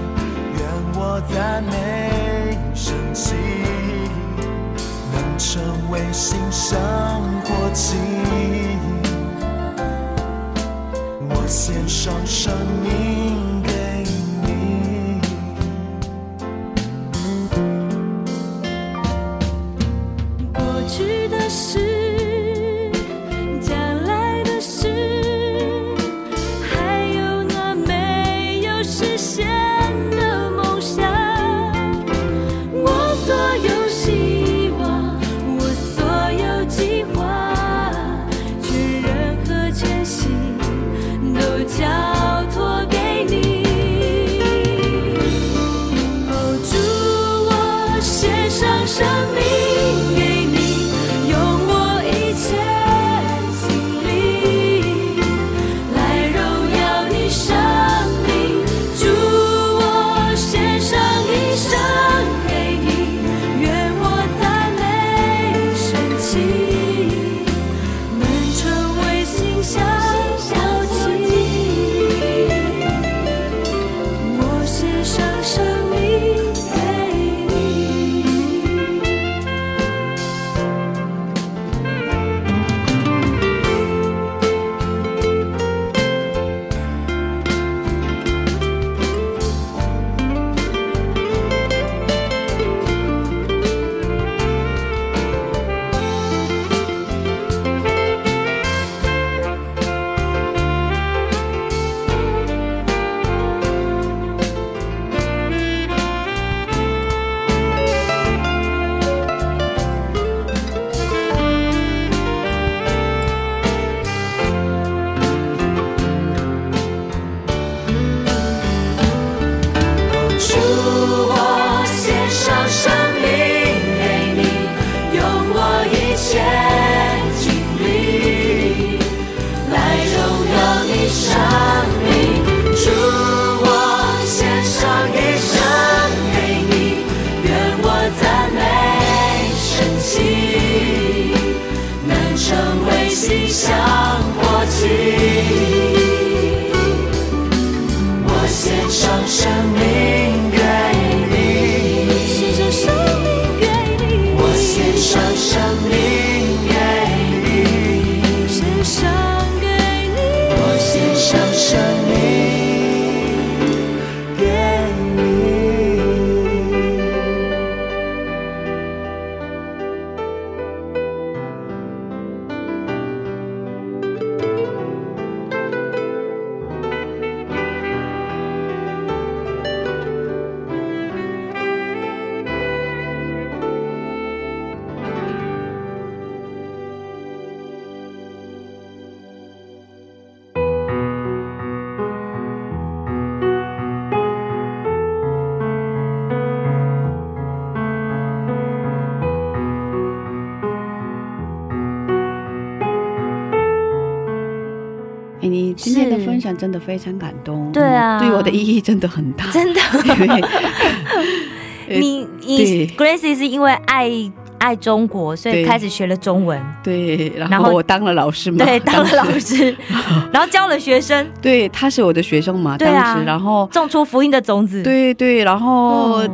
Speaker 6: 愿我赞美神迹，能成为新生活祭。我献上生命给你。
Speaker 3: 过去的事，将来的事，还有那没有实现的梦想。我所有希望，我所有计划，去任何前行，都交托给你。哦，主，我献上生命给你，用我一切精力来荣耀你生命。主，我献上一生给你，愿我赞美神奇，能成为馨香香气。我献上生命给你。主，我献上生命给你，用我一切精力来荣耀你生命。主，我献上一生给你，愿我赞美神奇，能成为馨香火气。我献上生命给你，献上生命给你，我献上生命给你，献上给你，我献上生命给你。
Speaker 1: 哎，你今天的
Speaker 2: 是
Speaker 1: 分享真的非常感动，
Speaker 2: 对啊
Speaker 1: 嗯对我的意义真的很大，
Speaker 2: 真的。
Speaker 1: 因为呃
Speaker 2: 你你
Speaker 1: 对
Speaker 2: Gracie 是因为爱爱中国，所以
Speaker 1: 对
Speaker 2: 开始学了中文，
Speaker 1: 对，
Speaker 2: 然
Speaker 1: 然
Speaker 2: 后
Speaker 1: 后我当了老师嘛，
Speaker 2: 对，当 了
Speaker 1: 当时
Speaker 2: 老师，然后教了学生，
Speaker 1: 对，他是我的学生嘛，
Speaker 2: 对啊
Speaker 1: 当时，然后
Speaker 2: 种出福音的种子。
Speaker 1: 对对，然后
Speaker 2: 哦，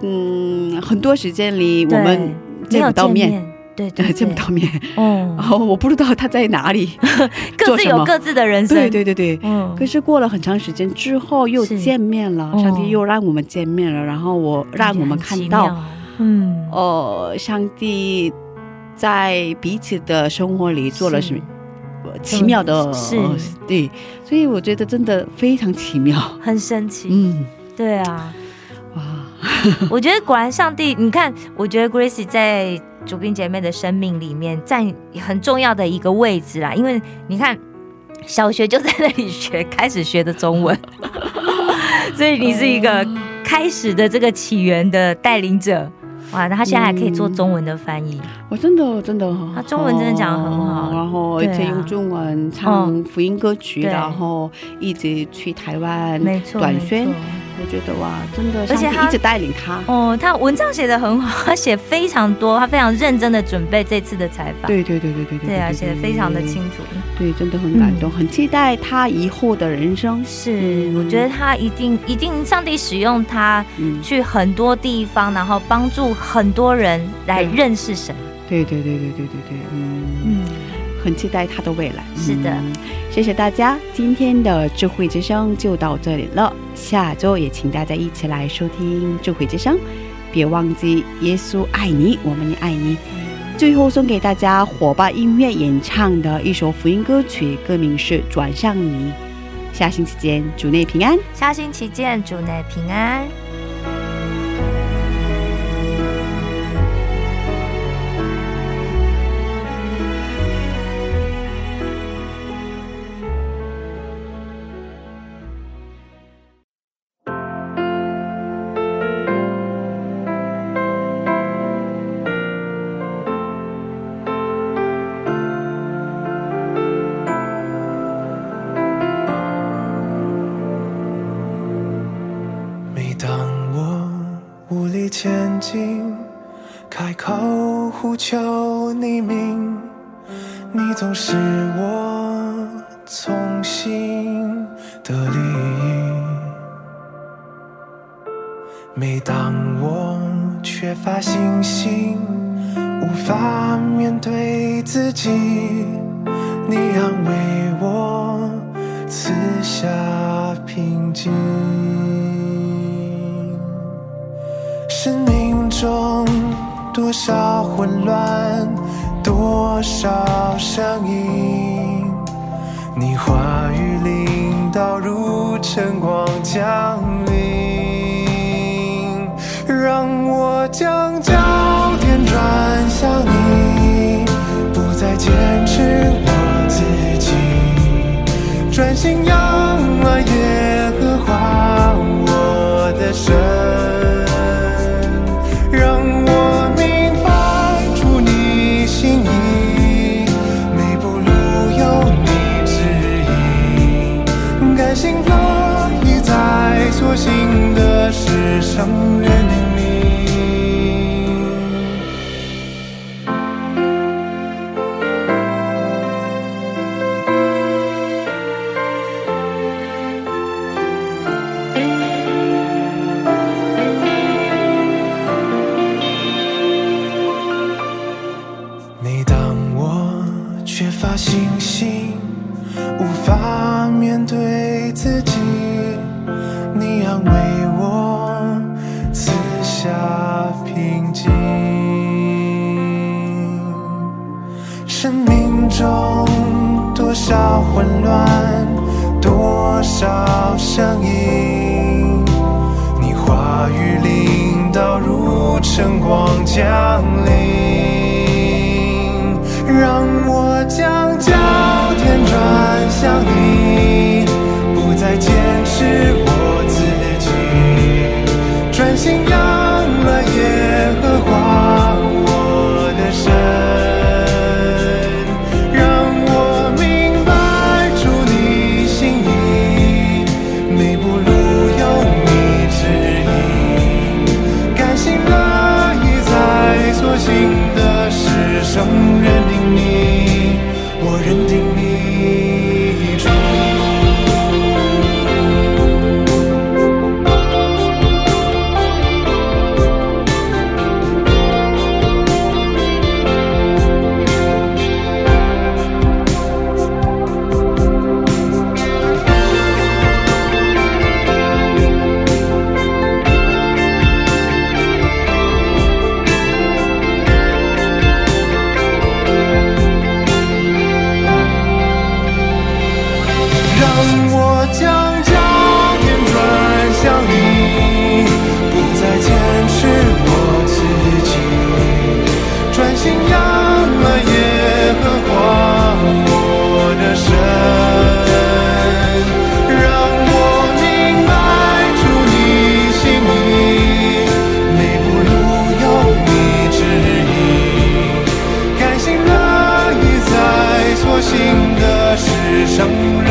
Speaker 1: 嗯，很多时间里我
Speaker 2: 对
Speaker 1: 们
Speaker 2: 没
Speaker 1: 见
Speaker 2: 有
Speaker 1: 不到
Speaker 2: 见
Speaker 1: 面，
Speaker 2: 面，对对
Speaker 1: 呃，
Speaker 2: 对，
Speaker 1: 见不到面，然
Speaker 2: 哦，
Speaker 1: 后我不知道他在哪里，
Speaker 2: 各
Speaker 1: 做
Speaker 2: 自
Speaker 1: 什
Speaker 2: 有
Speaker 1: 么
Speaker 2: 各自的人生，
Speaker 1: 对对对对。
Speaker 2: 嗯，
Speaker 1: 可是过了很长时间之后，又
Speaker 2: 是
Speaker 1: 见面了，
Speaker 2: 哦
Speaker 1: 上帝又让我们见面了，然后我让我们看
Speaker 2: 感觉
Speaker 1: 到，
Speaker 2: 很奇妙，嗯，
Speaker 1: 哦，上帝在彼此的生活里做了
Speaker 2: 是
Speaker 1: 什么呃奇妙的，
Speaker 2: 是
Speaker 1: 呃对，所以我觉得真的非常奇妙，
Speaker 2: 很神奇，
Speaker 1: 嗯，
Speaker 2: 对啊，
Speaker 1: 哇，
Speaker 2: 我觉得果然上帝，你看，我觉得 Gracie 在主宾姐妹的生命里面占很重要的一个位置啦，因为你看。小学就在那里学，开始学的中文， 所以你是一个开始的这个起源的带领者，哇！那他现在还可以做中文的翻译，
Speaker 1: 我真的真的，
Speaker 2: 他中文真的讲得很
Speaker 1: 哦
Speaker 2: 好
Speaker 1: 然后
Speaker 2: 对啊嗯
Speaker 1: 而且用中文唱福音歌曲，
Speaker 2: 对
Speaker 1: 然后一直去台湾
Speaker 2: 没
Speaker 1: 嗯
Speaker 2: 错，
Speaker 1: 短宣
Speaker 2: 没错
Speaker 1: 我觉得哇，真的，
Speaker 2: 而且
Speaker 1: 上帝
Speaker 2: 他
Speaker 1: 一直带领他。
Speaker 2: 哦，他文章写的很好，他写非常多，他非常认真的准备这次的采访。
Speaker 1: 对对对对对对
Speaker 2: 对啊，写的非常的清嗯楚。
Speaker 1: 对，真的很感动，很期待他以后的人生。
Speaker 2: 是，我觉得他一定一定，上帝使用他
Speaker 1: 嗯，
Speaker 2: 去很多地方，然后帮助很多人来
Speaker 1: 对
Speaker 2: 认识神。
Speaker 1: 对对对对对对对，嗯，
Speaker 2: 嗯，
Speaker 1: 很期待他的未来。
Speaker 2: 是的
Speaker 1: 嗯谢谢大家，今天的智慧之声就到这里了，下周也请大家一起来收听智慧之声，别忘记耶稣爱你，我们也爱你。
Speaker 2: 嗯
Speaker 1: 最后送给大家火把音乐演唱的一首福音歌曲，歌名是《转向你》。下星期见，主内平安。
Speaker 2: 下星期见，主内平安。
Speaker 6: 每当我无力前进，开口呼求你名，你总是我从心的利益。每当我缺乏信心，无法面对自己，你安慰我，赐下平静。生命中多少混乱，多少声音，你话语领导如晨光降临，让我将焦点转向你，不再坚持我自己。专心仰望耶和华我的神，让我明白出你心意，每步路有你指引，甘心乐意在所行的事上认定你。每当我缺乏信心，无法面对自己，你安慰我，赐下平静。生命中多少混乱，多少声音，你话语领导如晨光降临，让我将焦点转向你，不再坚持我自己，专心仰望耶和华我的神。让我明白主你心意，每步路有你指引，甘心乐意在所行的事上认定你，我认定你主。让我将焦点转向你，不再坚持我自己，专心仰望耶和华我的神。让我明白出你心意，每步路有你指引。甘心乐意在所行的事上认